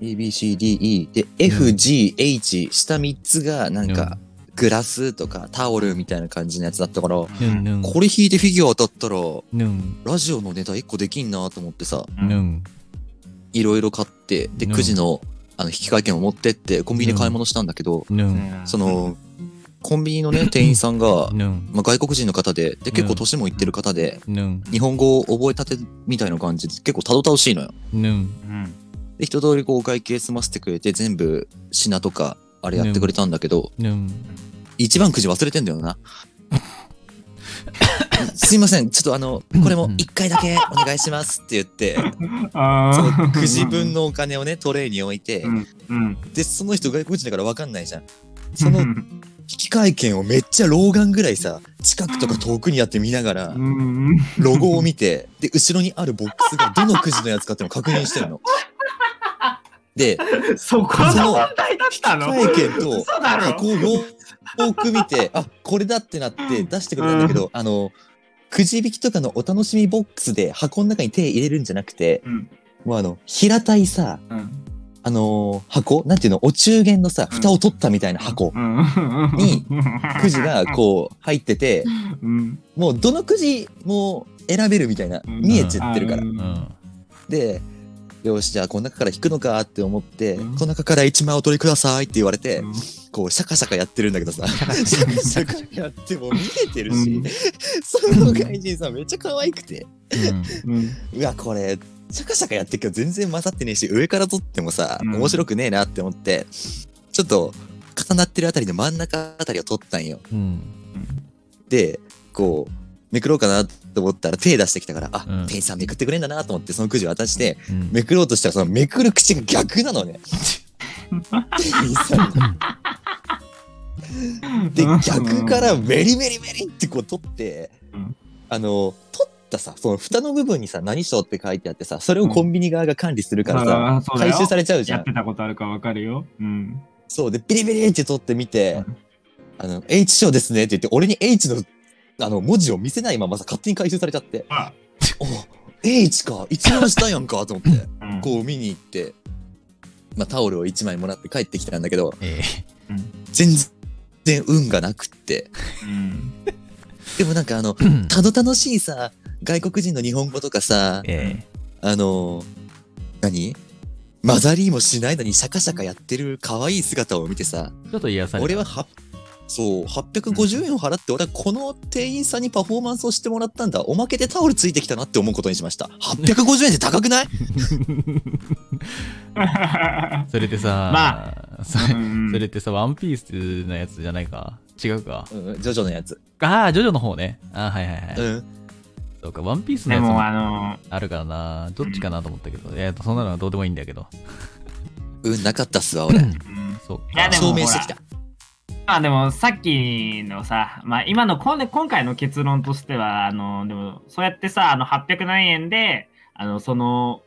S2: ABCDE で、FGH、下3つがなんか、グラスとかタオルみたいな感じのやつだったから、こ
S1: ぬん。ぬん。
S2: れ引いてフィギュア当たったら、
S1: ぬん。
S2: ラジオのネタ1個できんなと思ってさ、
S1: ぬん。
S2: いろいろ買って、で、
S1: うん
S2: 9時のあの引換券を持ってって、コンビニで買い物したんだけど、
S1: ぬん。
S2: その、コンビニの ね、店員さんが、
S1: ぬん。
S2: まあ、外国人の方で、で、結
S1: う
S2: 構
S1: ん
S2: 年もいってる方で、
S1: ぬん。
S2: 日本語を覚えたてみたいな感じで、結構たどたどしいのよ。
S1: ぬん。
S2: で、一通りこうお会計済ませてくれて、全部品とか、あれやってくれたんだけど、
S1: ぬん。
S2: 一番くじ忘れてんだよ な。すいません、ちょっとあの、これも
S1: うん
S2: 一回だけお願いしますって言って、そのくじ分のお金をね、トレイに置いて、で、その人外国人だからわかんないじゃん。その引き換券をめっちゃ老眼ぐらいさ、近くとか遠くにやって見ながら、ロゴを見て、で、後ろにあるボックスがどのくじのやつかっていうのを確認してるの。で、
S4: そこの問題だったの
S2: 会計と
S4: 嘘だろ
S2: 箱をよーく見て、あこれだってなって出してくれたんだけど、あの、くじ引きとかのお楽しみボックスで箱の中に手入れるんじゃなくて、
S4: うん
S2: もうあの、平たいさ、
S4: うん
S2: あのー箱なんていうの、お中元のさ、
S4: うん
S2: 蓋を取ったみたいな箱、にくじがこう入ってて、
S4: うん
S2: もうどのくじも選べるみたいな、
S4: うん
S2: 見えちゃってるから
S4: う。
S1: うんん。
S2: で、よし、じゃあこの中から引くのかって思って、
S4: うん
S2: この中から1枚お取りくださいって言われて、
S4: うん
S2: こうシャカシャカやってるんだけ どさシ
S1: カシ
S2: ャカシャカやっても見えてるし、
S4: うん
S2: その外人さんめっちゃ可愛くて
S4: うん
S2: うわこれシャカシャカやってるけど全然混ざってねえし上から撮ってもさ
S4: うん
S2: 面白くねえなって思ってちょっと重なってるあたりの真ん中あたりを撮ったんよ
S1: うん。
S2: でこうめくろうかなと思ったら手出してきたからあ、
S1: うん
S2: 店員さんめくってくれんだなと思ってそのくじを渡して
S1: うん。
S2: めくろうとしたらそのめくる口が逆なの ね店員さんので逆からメリメリメリってこう取って、
S4: うん
S2: あの取ったさその蓋の部分にさ何賞って書いてあってさそれをコンビニ側が管理するからさ、
S4: あーそうだよ
S2: 回収されちゃうじゃ
S4: やっ
S2: ん
S4: てたことあるかわかるよ。うん。
S2: そうでビリビリって取ってみて、
S4: うん
S2: あの H 賞ですねって言って俺に H のあの文字を見せないままさ勝手に回収されちゃって
S4: あ
S2: お H か一番下やんかと思って
S4: うん
S2: こう見に行って、まあ、タオルを1枚もらって帰ってきたんだけど
S1: ええ。
S2: 全然運がなくって
S4: うん
S2: でもなんかあの
S1: うん
S2: たどたどしいさ、外国人の日本語とかさ、
S1: ええ。
S2: あの、何混ざりもしないのにシャカシャカやってる可愛い姿を見てさ、
S1: ちょっと癒され
S2: 俺はは、そう、850円を払って、俺はこの店員さんにパフォーマンスをしてもらったんだ。おまけでタオルついてきたなって思うことにしました。850円って高くない
S1: それでさ、
S4: ま
S1: そ
S4: うん
S1: それってさ、ワンピースのやつじゃないか違うか
S2: うん、ジョジョのやつ。
S1: ああ、ジョジョの方ね。あーはいはいはい。
S2: うん。
S1: そうか、ワンピースの
S4: で
S1: やつ
S4: も
S1: も
S4: あの
S1: あるからな。どっちかなと思ったけど。えっと、そんなのはどうでもいいんだけど。
S2: うん、なかったっ すわ、俺。
S4: うん
S1: そうか
S4: いやでも
S2: 証明してきた。
S4: まあでもさっきのさ、まあ、今のこんで今回の結論としてはあのでもそうやってさあの800何円であのその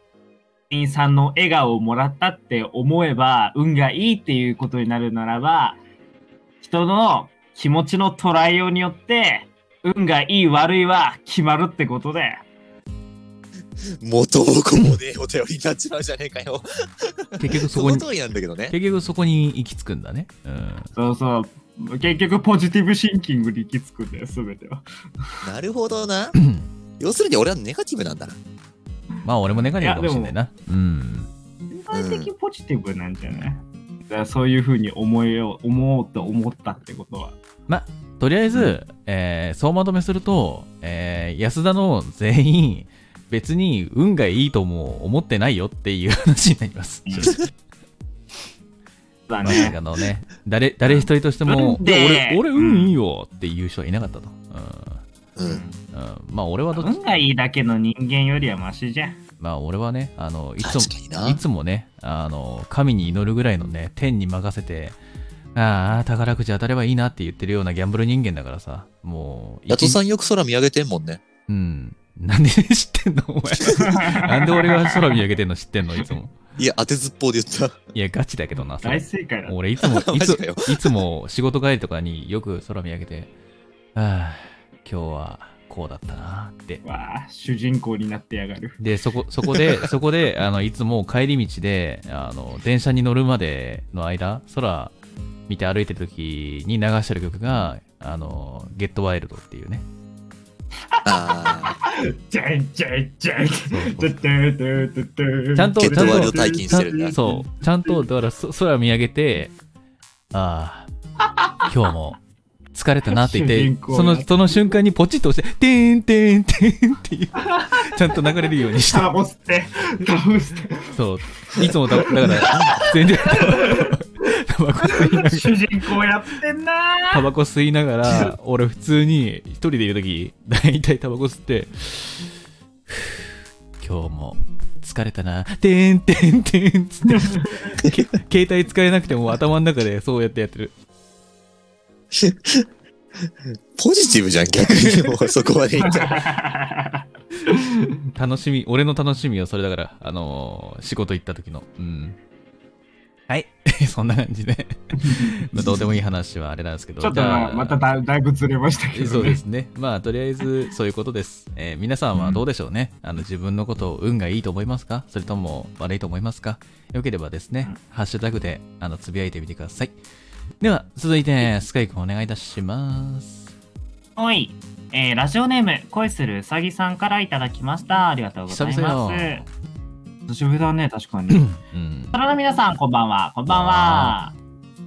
S4: 店員さんの笑顔をもらったって思えば運がいいっていうことになるならば人の気持ちの捉えようによって運がいい悪いは決まるってことで
S2: 元も子もねえお便りになっちまうじゃねえか よ。
S1: 結局そ
S2: そ
S1: こ
S2: の
S1: に
S2: 通りなんだけどね。
S1: 結局そこに行き着くんだねうん
S4: そうそう結局ポジティブシンキングに行き着くんだよ全ては
S2: なるほどな。要するに俺はネガティブなんだな。
S1: まあ俺もネガティブかもしれないなうん
S4: 全体的ポジティブなんじゃない、だからそういうふうに思えよう思おうと思ったってことは。
S1: とりあえず、えー総まとめすると、えー安田の全員別に運がいいとも思ってないよっていう話になります。ま
S4: だ
S1: あなんか
S4: ね。
S1: あのね、誰誰一人としても、
S4: うん
S1: いや俺、俺
S4: うん
S1: 運いいよっていう人はいなかったと。
S2: うん。
S1: うんうん、まあ俺はどっち
S4: 運がいいだけの人間よりはマシじゃん。
S1: まあ俺はね、あのいつも。
S2: 確かにない
S1: つもね、あの神に祈るぐらいのね、天に任せて、ああ、宝くじ当たればいいなって言ってるようなギャンブル人間だからさ、もう、
S2: ヤト
S1: 一日
S2: さんよく空見上げてんもんね。
S1: うん。なんで知ってんのお前。なんで俺が空見上げてんの知ってんのいつも。
S2: いや、当てずっぽうで言った。
S1: いや、ガチだけどな、そ
S4: 大
S1: れ。
S4: 正解だ。
S1: 俺、いつも、い
S2: マ
S1: つ
S2: ジかよ、
S1: いつも仕事帰りとかによく空見上げて、ああ、今日はこうだったなって。
S4: わあ、主人公になってやがる。
S1: で、そこ、そこで、そこで、あの、いつも帰り道で、あの、電車に乗るまでの間、空見て歩いてる時に流してる曲が、あの、ゲットワイルドっていうね。
S2: ああ。
S4: じゃんじゃんじゃん。
S1: そうそう
S4: ちゃ
S1: んと
S2: ゲットワイルド
S1: ちゃ
S2: 体験してるんだ。
S1: そう。ちゃんと、だからそ、空見上げて、ああ、今日も疲れたなって言っ
S4: 主人
S1: て、
S4: 公が
S1: その、その瞬間にポチッと押して、てーんてーんてーんっていう、ちゃんと流れるようにして、
S4: タボスって、タボ スって、
S1: そう。いつもだ、だから、全 然、タバコ吸いながら、
S4: 主人公やってんな
S1: タバコ吸いなが ら、俺普通に一人でいるとき、大体タバコ吸って、ふぅ今日も疲れたな、てんてんてんつ って、け携帯使えなくても頭の中でそうやってやってる。
S2: ポジティブじゃん、逆に。もうそこまで行ったら。
S1: 楽しみ、俺の楽しみはそれだから、あのー仕事行った時の。うん。はい。 そんな感じ で。まあ、どうでもいい話はあれなんですけど。
S4: ちょっ
S1: じ
S4: と
S1: ゃあ
S4: まただだいぶずれました けど、ね。
S1: そうですね。まあ、とりあえず、そういうことです。えー皆さんはどうでしょうね。あの、自分のことを運がいいと思いますかそれとも悪いと思いますかよければですね、ハッシュタグで、あの、つぶやいてみてください。では、続いて、スカイ君お願いいたします。
S4: おい、えーラジオネーム恋するうさぎさんからいただきましたありがとうございます
S1: 久々よ
S4: 久しぶりだね確 かに
S1: うん
S4: そ。れの皆さんこんばんはこんばんは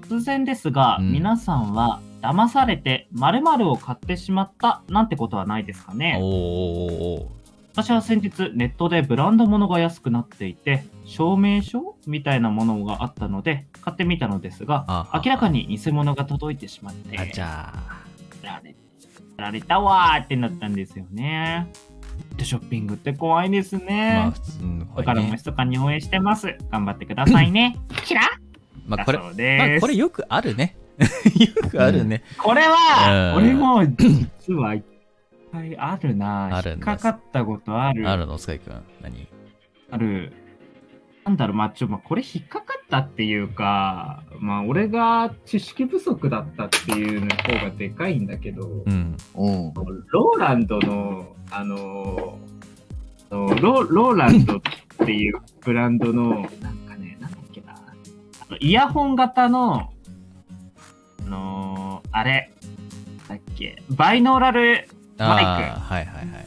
S4: 突然ですが、
S1: うん
S4: 皆さんは騙されて〇〇を買ってしまったなんてことはないですかね
S1: おーおーおーお
S4: 私は先日ネットでブランド物が安くなっていて証明書みたいなものがあったので買ってみたのですが
S1: ああ
S4: 明らかに偽物が届いてしまって
S1: ー。あちゃー。
S4: られられたわーってなったんですよね。でショッピングって怖いです
S1: まあ
S4: ね。
S1: 普通の
S4: だ
S1: 声
S4: からも
S1: ね
S4: ひそかに応援してます。頑張ってくださいね。キラ
S1: まあ
S4: だ
S1: これ、ま
S4: そうで
S1: あ
S4: す。
S1: これよくある ね。よくあるね。
S4: これは、
S1: うん
S4: 俺も実は一回あるな。
S1: あるん
S4: 引っ
S1: です
S4: かかったことある。
S1: あるの、スカイ君。何
S4: あるなんだろう、まあ、ちょ、まあ、これ引っかかったっていうか、まあ、俺が知識不足だったっていうの方がでかいんだけど。
S1: うん。
S2: うん。
S4: ローランドの、あのーあのロローランドっていうブランドの、なんかね、なんだっけな、あのイヤホン型の、あのーあれ、だっけ、バイノーラル、
S1: ああ、はいはいはい。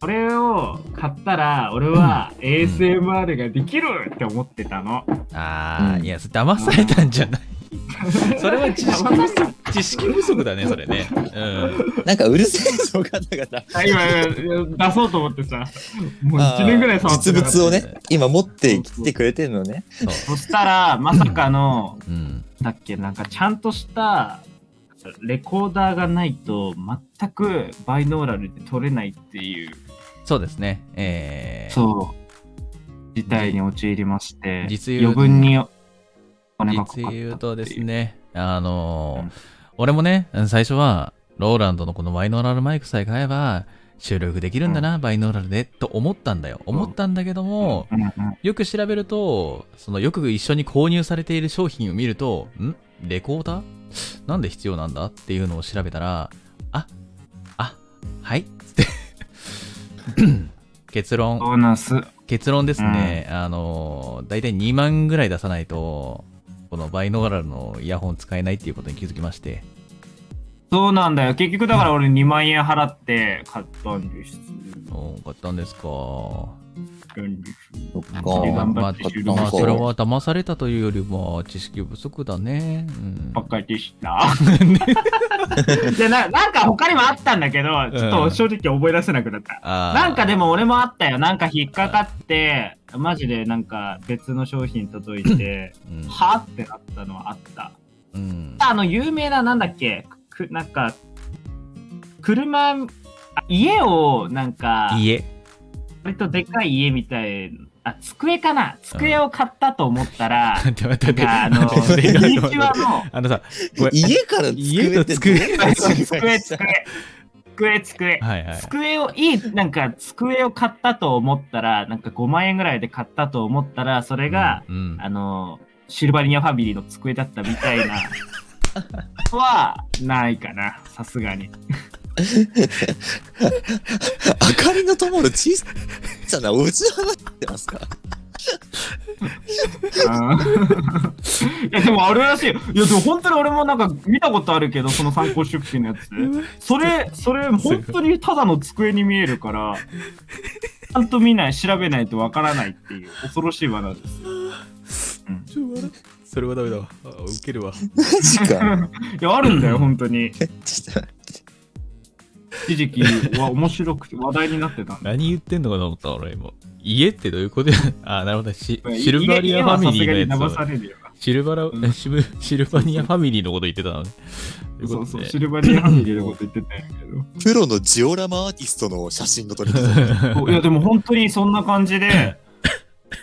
S4: これを買ったら、俺は ASMR ができるって思ってたの。
S1: ああ、
S2: うん
S1: いや、それ騙されたんじゃない。それは知識不
S4: 足。
S1: 足、知識不足だ ね、それね。うん。
S2: なんかうるせえぞ、ガタガタ。
S4: 今、今出そうと思ってさ、もう1年ぐらい触って
S2: 実
S4: なかった
S2: 物をね、今持ってきてくれてるのね。
S1: そう。
S4: そしたら、まさかの、
S1: うん。
S4: だっけなんかちゃんとしたレコーダーがないと全くバイノーラルで撮れないっていう
S1: そうですね。えー、
S4: そう事態に陥りまして
S1: 実用
S4: 余分に金がかかっ
S1: 実
S4: たっていう
S1: 言うとですね、あのー
S4: うん
S1: 俺もね、最初は、ローランドのこのバイノーラルマイクさえ買えば、収録できるんだな、バイノーラルで、と思ったんだよ。思ったんだけども、
S4: うんうん
S1: よく調べると、そのよく一緒に購入されている商品を見ると、んレコーダーなんで必要なんだっていうのを調べたら、あ、あ、はい つって。結論、
S4: そうなんす。
S1: 結論ですね、あの、大体2万ぐらい出さないと、このバイノーラルのイヤホン使えないっていうことに気づきまして。
S4: そうなんだよ。結局だから俺2万円払って買ったんです。
S1: おー買ったんですか。
S2: そっか。
S4: 頑張っ
S2: 頑
S4: て
S1: まあ、
S4: 収
S1: ま
S2: 録
S1: あそれは騙されたというよりも、知識不足だね。うん
S4: ばっかりで した。でななんか他にもあったんだけど、ちょっと正直思い出せなくなった。
S1: あー
S4: なんかでも俺もあったよ。なんか引っかかって、マジでなんか別の商品届い て、
S1: うん
S4: はってなったのはあった。
S1: うん
S4: あの有名ななんだっけくなんか車あ家をなんか
S1: 家。
S4: 割とでかい家みたいあ机かな机を買ったと思ったら、
S1: 待って待って
S4: なんか
S1: 待って
S4: あのミニ
S1: 待って
S4: チュアの
S1: あのさ、ごめん
S2: 家から
S1: 家
S2: 机っ
S1: と
S2: て
S1: 机
S2: どういうこと
S4: 机机机机
S1: はいはい。
S4: 机をいいなんか机を買ったと思ったらなんか5万円ぐらいで買ったと思ったらそれが、
S1: うん、うん
S4: あのシルバニアファミリーの机だったみたいなはないかなさすがに。
S2: 明かりの灯る小さなお家の話してますか
S4: うんいやでもあるらしいよ。いやでも本当に俺もなんか見たことあるけど、その参考出品のやつ。それ、それ本当にただの机に見える から、ちゃんと見ない、調べないとわからないっていう恐ろしい罠です。
S1: それはダメだわ。あウケるわ。
S2: マジか。
S4: いや、あるんだ よ、本当に。
S2: ちょっと
S4: 一時期は面白くて話題になってたんだ。
S1: 何言ってんのかと思った俺も。家ってどういうことや あ、なるほど。シ シルバニア
S4: 家
S1: ファミリ
S4: 家
S1: ー
S4: は
S1: の
S4: さ
S1: やつを
S4: すがに騙されるよな。
S1: シルバラ、
S4: うん
S1: シブシルバニアファミリーのこと言ってたのね。とい
S4: そう
S1: こ
S4: そ
S1: と
S4: う、
S1: で
S4: シルバニアファミリーのこと言ってたんやけど。
S2: プロのジオラマアーティストの写真の撮り方。
S4: そういやでも本当にそんな感じ で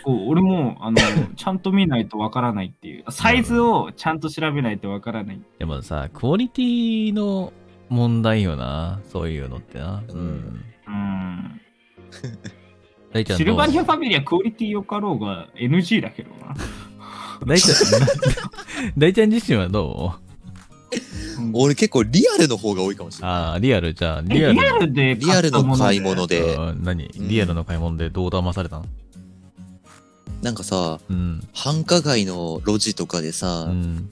S4: こう俺もあのちゃんと見ないとわからないっていうサイズをちゃんと調べないとわからない
S1: でもさ、クオリティの問題よな。そういうのってな。う
S2: うんん。
S4: うん
S1: 大ちゃんどう
S4: シルバニアファミリーはクオリティよかろうが NG だけどな
S1: 大ちゃん、大ちゃん 自身はどう
S2: 俺結構リアルの方が多いかもしれない。
S1: ああ、リアルじゃあ、リ
S4: リ
S1: ア
S4: ア
S1: ル。
S4: ルで
S2: リアルの買い
S4: 買っ
S2: 物で、
S1: うん何リアルの買い物でどう騙されたの
S2: なんかさ、
S1: うん。
S2: 繁華街の路地とかでさ、
S1: うん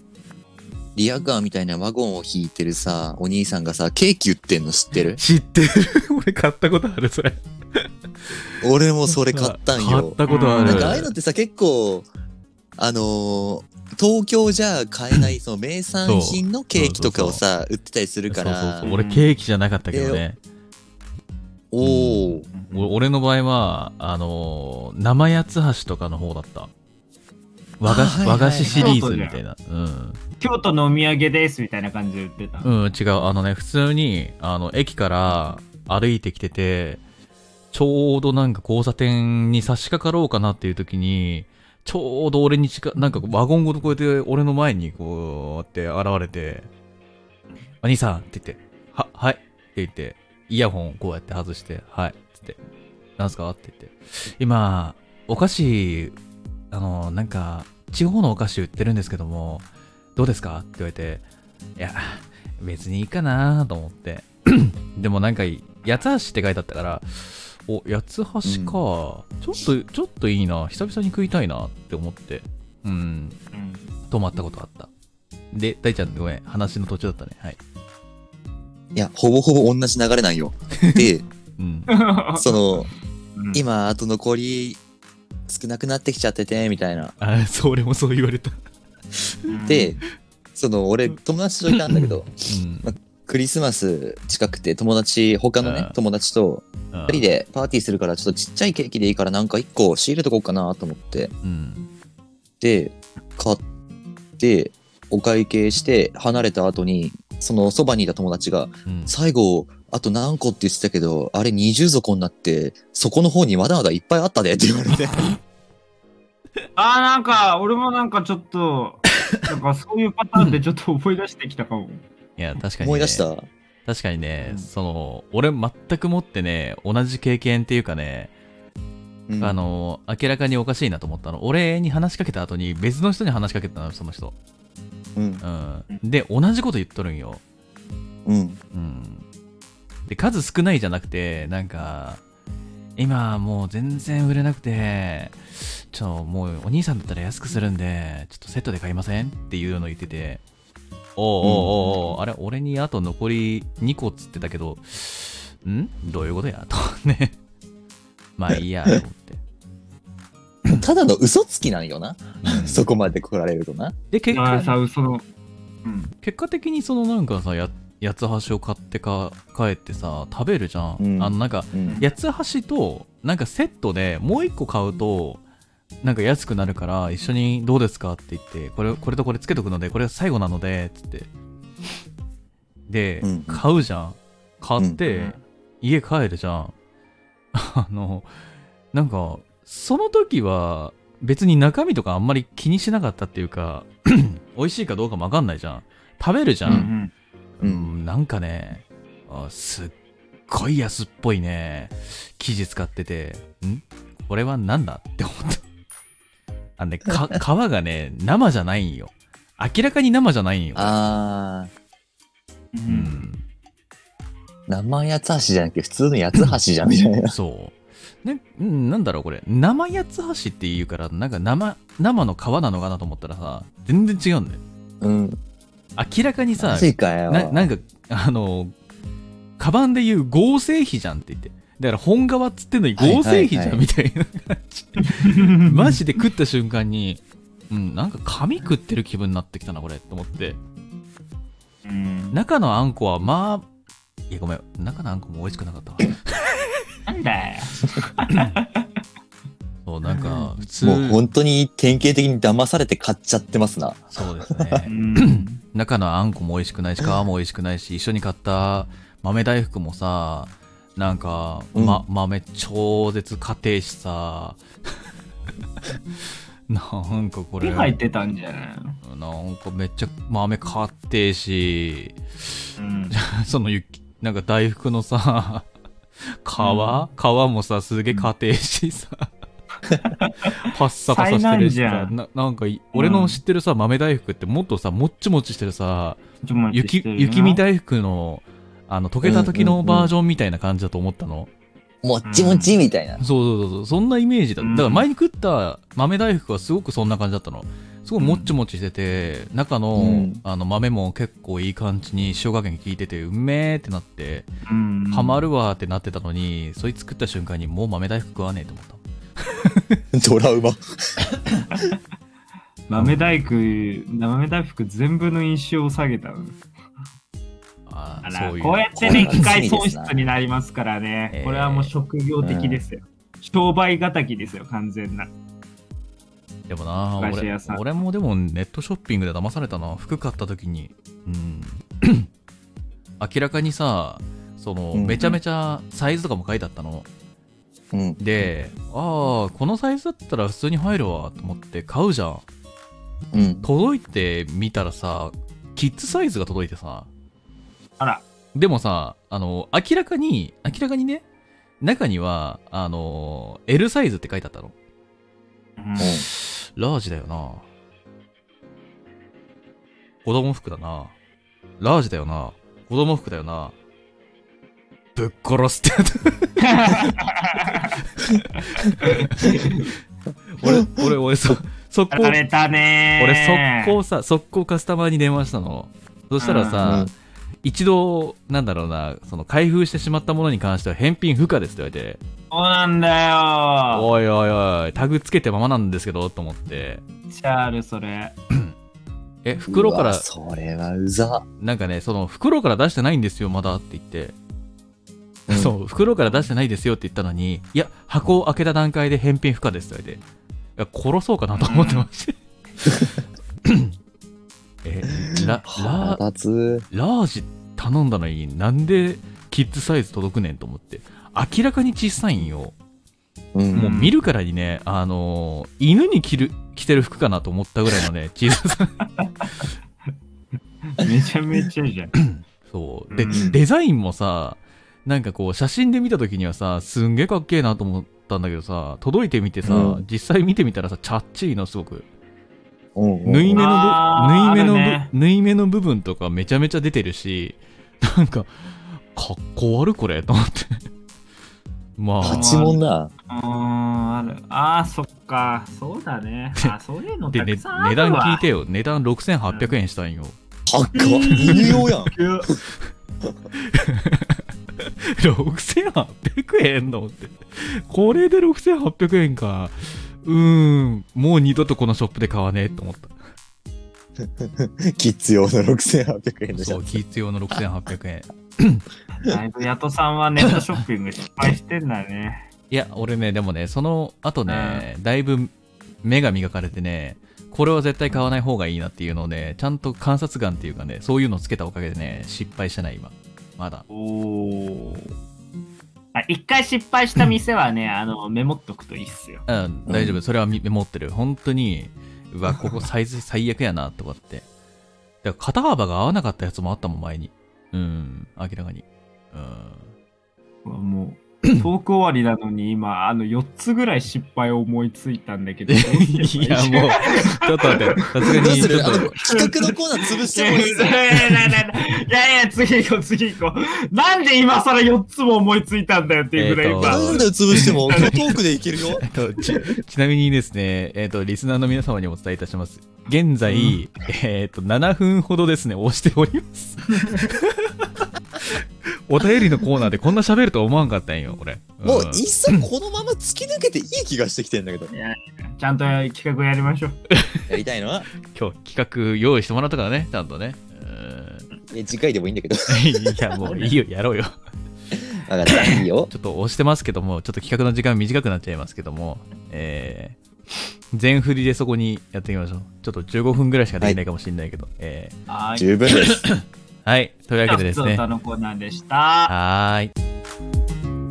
S2: リアガーみたいなワゴンを引いてるさ、お兄さんがさ、ケーキ売ってんの知ってる
S1: 知ってる 俺買ったことあるそれ
S2: 俺もそれ買ったん
S1: 買っ
S2: よ。
S1: たことある
S2: なんかああいうのってさ、結構、あのー東京じゃ買えないその名産品のケーキとかをさ、売ってたりする
S1: そ
S2: か
S1: うそう
S2: ら
S1: そう、俺ケーキじゃなかったけどね
S2: おおー、
S1: お俺の場合はあのー生八つ橋とかの方だった和菓
S2: あ
S1: 子
S2: ー
S1: 和菓
S2: はいはいはい
S1: 子シリーズみたいなうん、
S4: 京都のお土産ですみたいな感じで売ってた、
S1: うん、違うあのね普通にあの駅から歩いてきててちょうどなんか交差点に差し掛かろうかなっていう時にちょうど俺に近なんかワゴンごとこうやって俺の前にこうやって現れて「お兄さん」って言って「ははい」って言ってイヤホンをこうやって外して「はい」って言って「なんすか?」って言って「今お菓子あのなんか地方のお菓子売ってるんですけどもどうですか?」って言われて「いや別にいいかなと思って。 でもなんか、八つ橋って書いてあったから、お、八つ橋か、ちょっと、ちょっといいな、久々に食いたいなって思って、うん、
S4: うん
S1: 泊まったことあった。で、大ちゃん、ごめん、話の途中だったね。はい。
S2: いや、ほぼほぼ同じ流れなんよ。 で、
S1: うん。
S2: その、
S4: うん
S2: 今、あと残り少なくなってきちゃってて、みたいな。
S1: あ、それもそう言われた。
S2: で、その、俺、友達といたん だけど、
S1: うん。
S2: クリスマス近くて友達、他の
S1: あ
S2: ね
S1: あ、
S2: 友達と
S1: 二
S2: 二人。でパーティーするから、ちょっとちっちゃいケーキでいいから、なんか一個仕入れとこうかなと思って、
S1: うん。
S2: で、買って、お会計して離れた後に、そのそばにいた友達が、
S1: うん
S2: 最後、あと何個って言ってたけど、あれ20底になって、そこの方にまだまだいっぱいあったでって言われて。
S4: あーなんか俺もなんかちょっとなんかそういうパターンでちょっと思い出してきたかも。
S1: いや、確かに、ね。
S2: 思い出した。
S1: 確かにね、
S4: うん
S1: その、俺全くもってね、同じ経験っていうかね、
S2: うん
S1: あ、の、明らかにおかしいなと思ったの。俺に話しかけた後に別の人に話しかけたの、その人。
S2: うん
S1: う。ん。で、同じこと言っとるんよ。
S2: うん。
S1: うん。で、数少ないじゃなくて、なんか、今もう全然売れなくて、ちょ、もうお兄さんだったら安くするんで、ちょっとセットで買いませんっていうの言ってて、おうおうおうおうあれ、俺にあと残り2個っつってたけど、んどういうことやと、ね。 まあいいや、と思って。
S2: ただの嘘つきなんよな。
S1: うん
S2: そこまで来られるとな。
S1: で、結
S4: まあ
S1: 果、
S4: さ、その、うん。
S1: 結果的にそのなんかさや八つ橋を買ってか帰ってさ食べるじゃん、
S2: うん
S1: あのなんか
S2: うん。
S1: 八つ橋となんかセットでもう一個買うとなんか安くなるから一緒にどうですかって言ってこれこれとこれつけとくのでこれが最後なのでつってで、
S2: うん
S1: 買うじゃん買って、
S4: うん
S1: 家帰るじゃん あのなんかその時は別に中身とかあんまり気にしなかったっていうか 美味しいかどうかも分かんないじゃん食べるじゃ、
S4: うんん
S1: う
S2: うん
S1: ん、なんかね、あすっごい安っぽいね、生地使ってて、んこれはなんだって思った。あのね、か皮がね、生じゃないんよ。明らかに生じゃないんよ。
S2: あー、
S4: う。
S1: うんん、
S2: 生八つ橋じゃなくて普通の八つ橋じゃんみたいな。
S1: そう。ね、うんなんだろうこれ、生八つ橋っていうから、なんか生、生の皮なのかなと思ったらさ、全然違うんだよ。
S2: うん。
S1: 明らかにさ
S2: マ、ジかよ。
S1: ななんかあのカバンで言う合成費じゃんって言ってだから本革っつってんのに合成費じゃんみた いな感じマジで食った瞬間にうんなんか紙食ってる気分になってきたなこれと思って
S4: うん
S1: 中のあんこはまあいやごめん中のあんこも美味しくなかったわ
S4: なんだよ。
S1: そうなんか普通
S2: もう本当に典型的に騙されて買っちゃってますな。
S1: そうですね
S4: うん。
S1: 中のあんこも美味しくないし皮も美味しくないし一緒に買った豆大福もさなんか、ま、豆超絶家庭しさ なんかこれ
S4: 手
S1: な
S4: 入っ
S1: ん
S4: てたんじゃないの
S1: かめっちゃ豆買ってし
S4: うん。
S1: その雪なんか大福のさ皮、皮もさすげえ家庭し さパッサパサしてるしさ
S4: 災難じゃん
S1: ななんかい俺の知ってるさ豆大福ってもっとさもっちもちしてるさ
S4: ちょっと待っ
S1: 雪
S4: てしてるな
S1: 雪見大福のあの溶けた時のバージョンみたいな感じだと思ったの、
S2: もっちもちみたいな。
S1: そうそうそうそうそんなイメージだ
S4: うん
S1: だから前に食った豆大福はすごくそんな感じだったのすごいもっちもちしてて中の,、
S2: うん
S1: あの豆も結構いい感じに塩加減効いててうめーってなって
S4: うん。
S1: ハマるわーってなってたのに、そいつ食った瞬間にもう豆大福食わねえと思った
S2: ドラウマ。
S4: 豆大福、豆大福全部の印象を下げたの。
S1: あ
S4: あ
S1: あ
S4: ら
S1: そうい
S4: こうや
S1: う
S4: ってね、
S2: これは
S4: 機械
S2: 罪で
S4: 損
S2: すな
S4: 失になりますからね、
S1: えー
S4: これはもう職業的ですよ。商売敵ですよ、完全な。
S1: でもな
S4: お菓子
S1: 俺
S4: 屋さん
S1: 俺もでもネットショッピングで騙されたな服買った時にうん 明らかにさその、
S2: うん
S1: めちゃめちゃサイズとかも書いてあったの
S2: うん。
S1: でああこのサイズだったら普通に入るわと思って買うじゃん
S2: うん。
S1: 届いてみたらさキッズサイズが届いてさ
S4: あら、
S1: でもさあの明らかに明らかにね中にはあの L サイズって書いてあったのラージだよな。子供服だな。ラージだよな。子供服だよな。ぶっ殺すってやつ 俺、俺、俺、そ、速攻、
S4: 叩かれたねー。
S1: 俺、速攻さ、速攻カスタマーに電話したの。そしたら
S2: うんう
S1: さ
S2: ん、
S1: 一度、なんだろうな、その開封してしまったものに関しては返品不可ですって言われて、
S4: そうなんだよ
S1: おいおいおい、タグつけてままなんですけど、と思って、
S4: ー。シャール、それ。
S1: え、袋か
S2: うわ
S1: ら、
S2: それはうざ。
S1: なんかね、その袋から出してないんですよ、まだって言って、
S2: うん
S1: そう、袋から出してないですよって言ったのに、いや、箱を開けた段階で返品不可ですって言われて、いや、殺そうかなと思ってま して。え、ラ、ラ、
S2: 腹立
S1: ラージ頼んだのになんでキッズサイズ届くねんと思って、明らかに小さいんよ。
S2: つ。うん。
S1: もう見るからにね、あのー犬に着る、着てる服かなと思ったぐらいのね、小ささ。
S4: めちゃめちゃじゃん。
S1: そう。で、
S4: うん
S1: デザインもさ、なんかこう、写真で見た時にはさ、すんげえかっけえなと思ったんだけどさ、届いてみてさ、
S2: うん
S1: 実際見てみたらさ、チャッチーのすごく。
S2: うんうん
S1: 縫い目の
S4: あー
S1: 部、縫い目の部、
S4: あるね
S1: 縫い目の部分とかめちゃめちゃ出てるし、なんか、かっこ悪いこれと思って。 まあ
S4: パ、
S2: 八問な。
S4: あーあるあー、そっか。そうだね。あそういうの
S1: で、
S4: た
S1: ね、
S4: くさんあ
S1: 値
S4: るわ
S1: 段聞いてよ。値段6800円したんよ。
S2: 高っ。言いようやん。
S4: いや
S1: 6800円のって。これで6800円か。うーん、もう二度とこのショップで買わねえと思った。
S2: キッズ用の6800円でし
S1: そ
S2: ょ
S1: う、。キッズ用の6800円。
S4: だいぶヤトさんはネットショッピング失敗してんだね。
S1: いや、俺ね、でもね、その後ね、だいぶ目が磨かれてね、これは絶対買わない方がいいなっていうのをね、ちゃんと観察眼っていうかね、そういうのつけたおかげでね、失敗してない今。まだ。
S4: おお。あ一回失敗した店はね、あのメモっとくといいっすよ。
S1: うん、大丈夫。それはみメモってる。本当に、う わ、ここサイズ最悪やな、とかって。だから肩幅が合わなかったやつもあったもん、前に。うん、明らかに。うん。
S4: もう、トーク終わりなのに今、あの4つぐらい失敗を思いついたんだけど。どうすれ ば
S1: いや、もう、ちょっと待って。さすが
S2: どう
S1: に、ち
S2: す
S1: ょ
S2: る
S1: っ
S2: あの
S1: と、
S2: 企画のコーナー潰し
S4: いや
S2: てもいいぞ。
S4: いやいや、次行こう、次行こう。なんで今更4つも思いついたんだよっていうぐらい
S1: えー
S4: 今。
S1: と
S2: 大丈夫だよ、潰しても。今日トークでいけるよ。
S1: えっとち、ちなみにですね、えっ、と、リスナーの皆様にお伝えいたします。現在、
S4: うん
S1: えっ、と、7分ほどですね、押しており ます。お便りのコーナーでこんな喋ると思わんかったんよ、俺。うん
S2: もう、いっそこのまま突き抜けていい気がしてきてんだけど。
S4: ちゃんと企画やりましょう。
S2: やりたいのは、
S1: 今日企画用意してもらったからね、ちゃんとね。うー
S2: え次回でもいいんだけど。
S1: ん いや、もういいよ、やろうよ。
S2: わかった、いいよ。
S1: ちょっと押してますけども、ちょっと企画の時間短くなっちゃいますけども、えー、全振りでそこにやっていきましょう。ちょっと15分ぐらいしかできないかもしれないけど、えー
S4: は い。
S2: 十分です。
S1: はい、という
S4: じ
S1: わ
S4: ゃあ
S1: けで
S4: 普
S1: です
S4: 通
S1: ね
S4: 歌。のコーナーでした。
S1: はーい。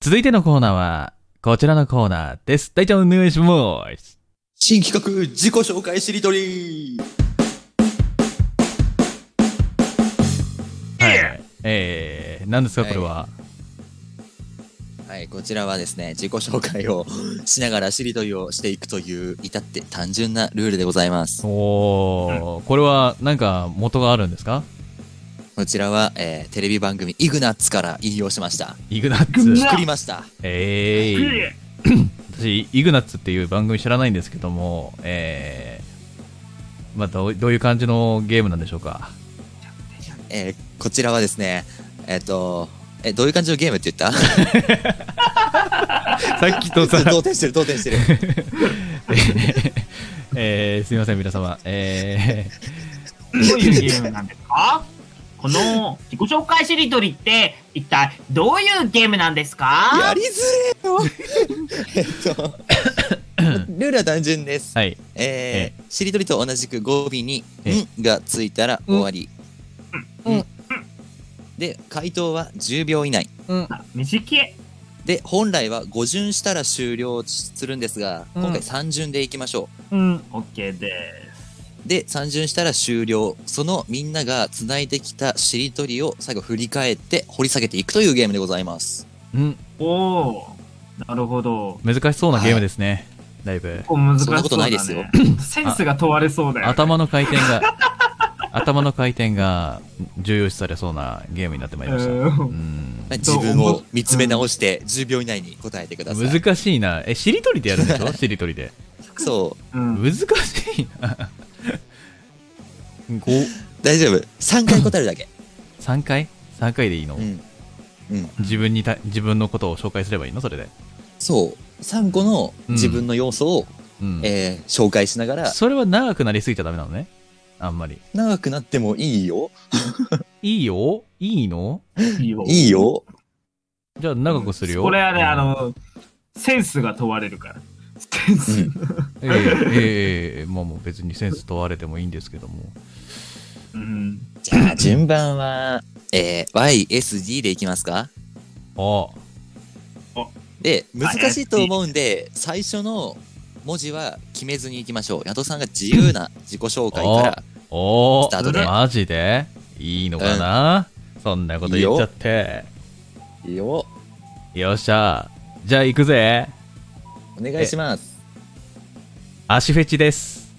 S1: 続いてのコーナーは、こちらのコーナーです。大ちゃんお願いします。
S2: 新企画、自己紹介しりとり。
S1: はい。えー、何ですか、これは。
S2: はい、こちらはですね、自己紹介を しながらしりとりをしていくという、至って単純なルールでございます。
S1: おー、これは、なんか、元があるんですか
S2: こちらは、えーテレビ番組イグナッツから引用しました。
S1: イグナッ
S4: イグ
S1: ツ
S4: ナ。
S2: 作りました。
S1: え
S4: い
S1: ー、
S4: え
S1: 私、イグナッツっていう番組知らないんですけども、えー、まあ、どうどういう感じのゲームなんでしょうか。
S2: えーこちらはですね、えっ、と、え、どういう感じのゲームっ て言った
S1: さっきとさ、
S2: 動転してる、動転してる。
S1: えー、すみません、皆様。え
S4: どういうゲームなんですかこの自己紹介しりとりって一体どういうゲームなんです
S2: や
S4: か
S2: りづ れよ。えっと、ルールは単純です
S1: ー、。はい。
S2: えーしりとりと同じく語尾に「
S1: え
S2: ん」がついたら終わり。
S1: うんうん
S2: で回答は10秒以内
S4: 短い。
S2: で本来は5巡したら終了するんですが、
S1: うん
S2: 今回3巡でいきましょう
S1: うん。
S4: OK です。
S2: で3巡したら終了そのみんながつないできたしりとりを最後振り返って掘り下げていくというゲームでございます
S1: うん。
S4: おお、なるほど。
S1: 難しそうなゲームですね。だいぶ
S4: 結。構難し
S2: そんなことないです
S4: そう
S2: よ
S4: だねセンスが問われそうだよね。
S1: 頭の回転が、頭の回転が重要視されそうなゲームになってまいりました。
S4: え
S1: う
S4: ー
S1: ん。
S2: 自分を見つめ直して10秒以内に答えてください、
S1: 難しいな。え、しりとりでやるんでしょしりとりで。
S2: そう
S4: うん
S1: 難しいな。ご
S2: 大丈夫3回答えるだけ
S1: 3回 ?3 回でいいの、
S2: うんうん
S1: 自分にた、自分のことを紹介すればいいのそれで。
S2: そう3個の自分の要素を、
S1: うん。
S2: えー紹介しながら
S1: それは長くなりすぎちゃダメなのね。あんまり。
S2: 長くなってもいいよ
S1: いいよいいの
S4: いいよ
S2: いいよ
S1: じゃあ長くするよ。
S4: これはね、
S1: うん
S4: あ、の、センスが問われるから。センス。
S1: ええええまあもう別にセンス問われてもいいんですけども。
S4: うん。
S2: じゃあ順番は、えー、YSD でいきますか
S1: お
S2: で、難しいと思うんで、最初の文字は決めずにいきましょう。ヤトさんが自由な自己紹介から。
S1: お
S2: スタート
S1: ー
S2: で
S1: マジでいいのかな、そんなこと言っちゃって。
S2: いいよ。
S1: よっしゃ。じゃあ行くぜ。
S2: お願いします。
S1: 足フェチです。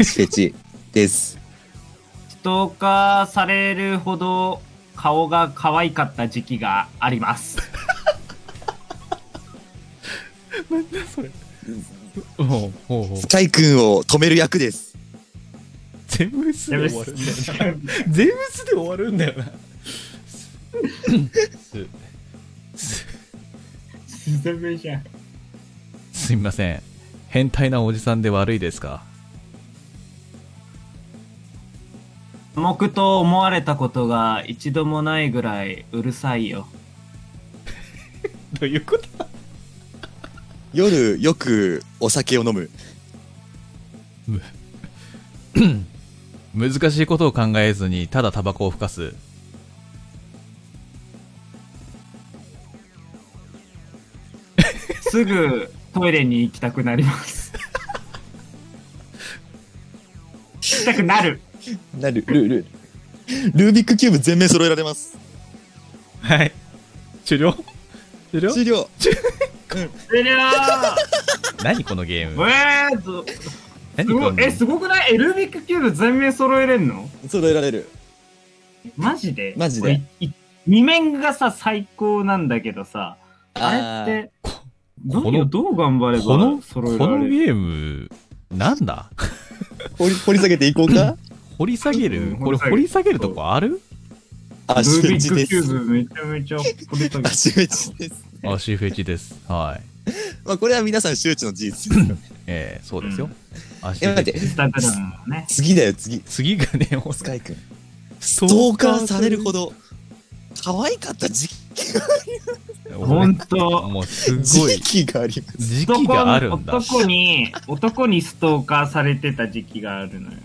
S2: 足フェチです。
S4: ストーカーされるほど顔が可愛かった時期があります。
S1: おうおうおう
S2: スカイ君を止める役です。
S1: 全部す
S4: やべ
S1: で
S4: っ
S1: 終わるんだよな。
S4: す
S1: 全部すで終わるんだよな。す
S4: ずめじゃん。
S1: すみません。変態なおじさんで悪いですか
S4: 黙と思われたことが一度もないぐらいうるさいよ。
S1: どういうこと
S2: 夜よくお酒を飲む。
S1: 難しいことを考えずにただタバコをふかす
S4: すぐトイレに行きたくなります。行きたくなる。
S2: なる、ルール。ルービックキューブ全面揃えられます。
S1: はい終了終了
S2: 終了。
S4: 終了
S1: 何このゲーム
S4: えーと、
S1: 何
S4: す
S1: こ
S4: ご
S1: の
S4: え、すごくないエルビックキューブ全面揃えれんの
S2: 揃えられる。
S4: マジで
S2: マジで
S4: 俺い二面がさ、最高なんだけどさ、あれって、ど
S1: こ
S4: う
S1: の
S4: どう頑張れ
S1: この
S4: ば
S1: こ
S4: 揃えら
S1: の
S4: れる
S1: ゲームなんだ
S2: あー掘り掘り下げていこう か。
S1: 掘り下げ
S4: う
S1: る
S4: ん
S1: これ掘
S4: 掘
S1: り
S4: り
S1: 下げるとこある
S4: ル
S2: 足
S4: ー
S2: フ
S4: ビ
S2: ェ
S4: ッ
S2: チ
S4: ク
S2: で
S4: キュー
S2: す。
S4: ブめちゃめちゃ掘り下げ
S2: 足フェチです。
S1: 足フェチですはい
S2: まあこれは皆さん周知の事実ですよ。
S1: えー、そうですよ、足
S2: え、
S1: フェ
S2: 待
S1: チ
S2: って。
S4: インスタグラムのね。
S2: 次だよ、次。
S1: 次がねもう
S2: スカイ君。
S1: ス
S2: ストーカーされるほど、可愛かった時期
S1: ど
S4: 本当。
S1: もうすごい
S2: 時期があります。
S1: 時期があるんだ
S4: 男に、男にストーカーされてた時期があ るのよ。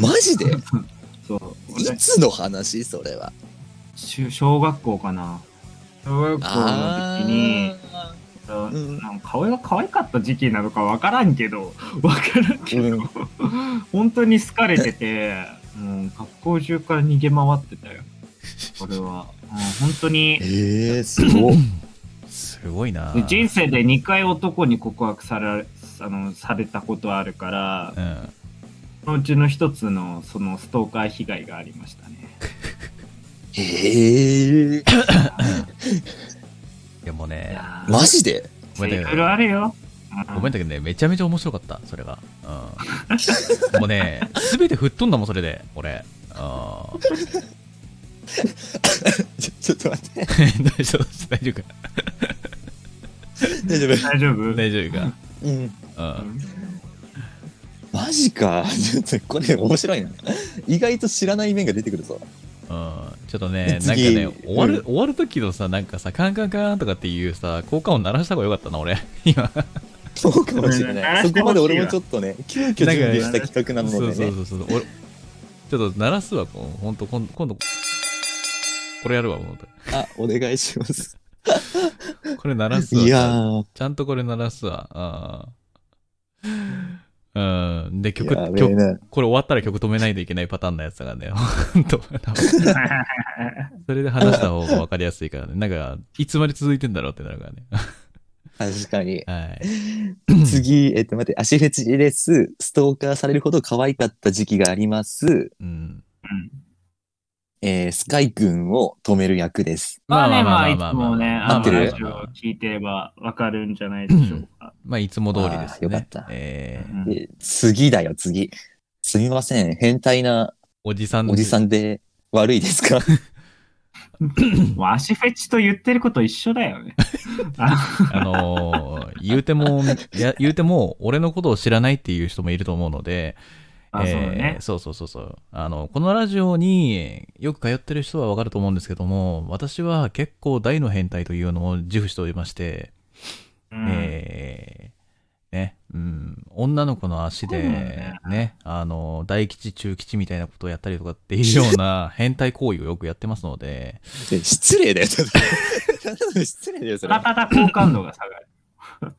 S2: マジで
S4: そう。
S2: い
S4: 俺
S2: つの話それは。
S4: し小学校かな。小学校の時に、
S2: あ
S4: そう
S2: うん
S4: なんか顔が可愛かった時期なのかわからんけど、わからんけど、
S2: うん
S4: 本当に好かれてて、もう学校中から逃げ回ってたよ。俺は。うん本当に
S2: ー。ええすごっ。
S1: すごいな
S4: で人生で2回男に告白されあのされたことあるから
S1: う、ん
S4: そのうちの一つのそのストーカー被害がありましたね。
S2: ええ
S1: でも
S4: い
S1: ね
S4: やー
S2: マジで
S1: ごめん
S4: い
S1: なさ
S4: ろ
S1: い
S4: いろあるよ。
S1: ごめんだけどね、めちゃめちゃ面白かった、それが。うん、もうね、すべて吹っ飛んだもん、それで、俺。うん 大
S2: ちょちょっと待って。
S1: 丈夫大丈夫か
S2: 大丈夫。
S4: 大丈夫
S1: 大丈夫か、
S2: うん。
S1: うん、
S2: マジか。ちょっとこれ面白いな。意外と知らない面が出てくるぞ。
S1: うん、ちょっとね、なんか
S2: 次
S1: ね、終わる、
S2: うん
S1: 終わる時のさ、なんかさ、カンカンカンとかっていうさ、効果音鳴らした方がよかったな、俺。今。
S2: そうかもしれない。そこまで俺もちょっとね、急遽準備した企画な
S1: そ
S2: の
S1: うそ
S2: で
S1: う
S2: ね。
S1: そうそう。俺、ちょっと鳴らすわ、こうほんと、今度、今度、これやるわ、ほんと。
S2: あ、お願いします。
S1: これ鳴らすわ。
S2: いやー、
S1: ちゃんとこれ鳴らすわ。うん。うん。で、曲、
S2: やべえ
S1: 曲、
S2: な。
S1: これ終わったら曲止めないといけないパターンのやつがね、ほんとそれで話した方が分かりやすいからね。なんか、いつまで続いてんだろうってなるからね。
S2: 確かに。
S1: はい。
S2: 次、えっと、待って、足フェチです。ストーカーされるほど可愛かった時期があります。
S1: うん。
S2: えー、スカイ君を止める役です。
S4: まあね、まあ、いつもね、
S2: 合
S4: あ
S2: っ
S4: の、
S2: てる
S4: ラジオを聞いてればわかるんじゃないでしょうか。
S1: まあ、いつも通りですね。
S2: あーよかった
S1: えー、
S4: うん
S2: で次だよ、次。すみません。変態な
S1: おじさん
S2: おじさ
S1: ん。
S2: んで悪いですか
S4: もう足フェチと言ってること一緒だよね。
S1: あのー言うても、いや言うても、俺のことを知らないっていう人もいると思うので、
S4: あ、そうだ
S1: え
S4: ね
S1: ー。そうそうそうそうあのこのラジオによく通ってる人はわかると思うんですけども私は結構大の変態というのを自負しておりまして、
S4: うん
S1: えーねうん、女の子の足で、
S4: そうだよ
S1: ね
S4: ね、
S1: あの、大吉、中吉みたいなことをやったりとかっていうような変態行為をよくやってますので、
S2: え 失礼だよ。 失礼だよ、それ。
S4: 体好感度が下が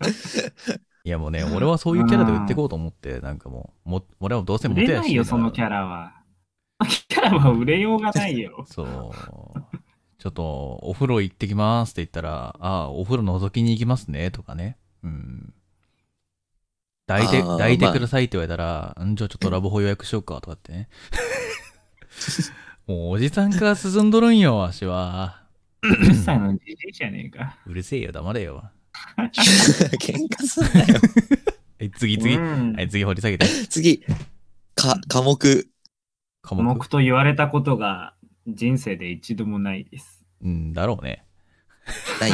S4: る。
S1: いやもうね、俺はそういうキャラで売っていこうと思って、なんかもう、も俺はどうせモ
S4: 売
S1: テ
S4: れ
S1: や
S4: な
S1: し
S4: いよ、そのキャラは。キャラは売れようがな いよ。
S1: そう。ちょっと、お風呂行ってきますって言ったら、ああ、お風呂覗きに行きますね、とかね。うん。抱いて、
S2: あー
S1: 抱いて
S2: まあ
S1: くださいって言われたら、んじゃあちょっとラブホ予約しようか、とかってね。 もうおじさんから進んどるんよ、わし は。
S4: 10歳のじじいじゃねえか。
S1: うるせえよ、黙れよ。
S2: 喧嘩すんなよ。
S1: はい、次、次。
S4: う
S1: は
S4: ん
S1: い、次掘り下げ て。
S2: 次。か、科目。
S1: 科
S4: 科
S1: 目。
S4: 目と言われたことが人生で一度もないです。
S1: うん、だろう ね。
S2: ない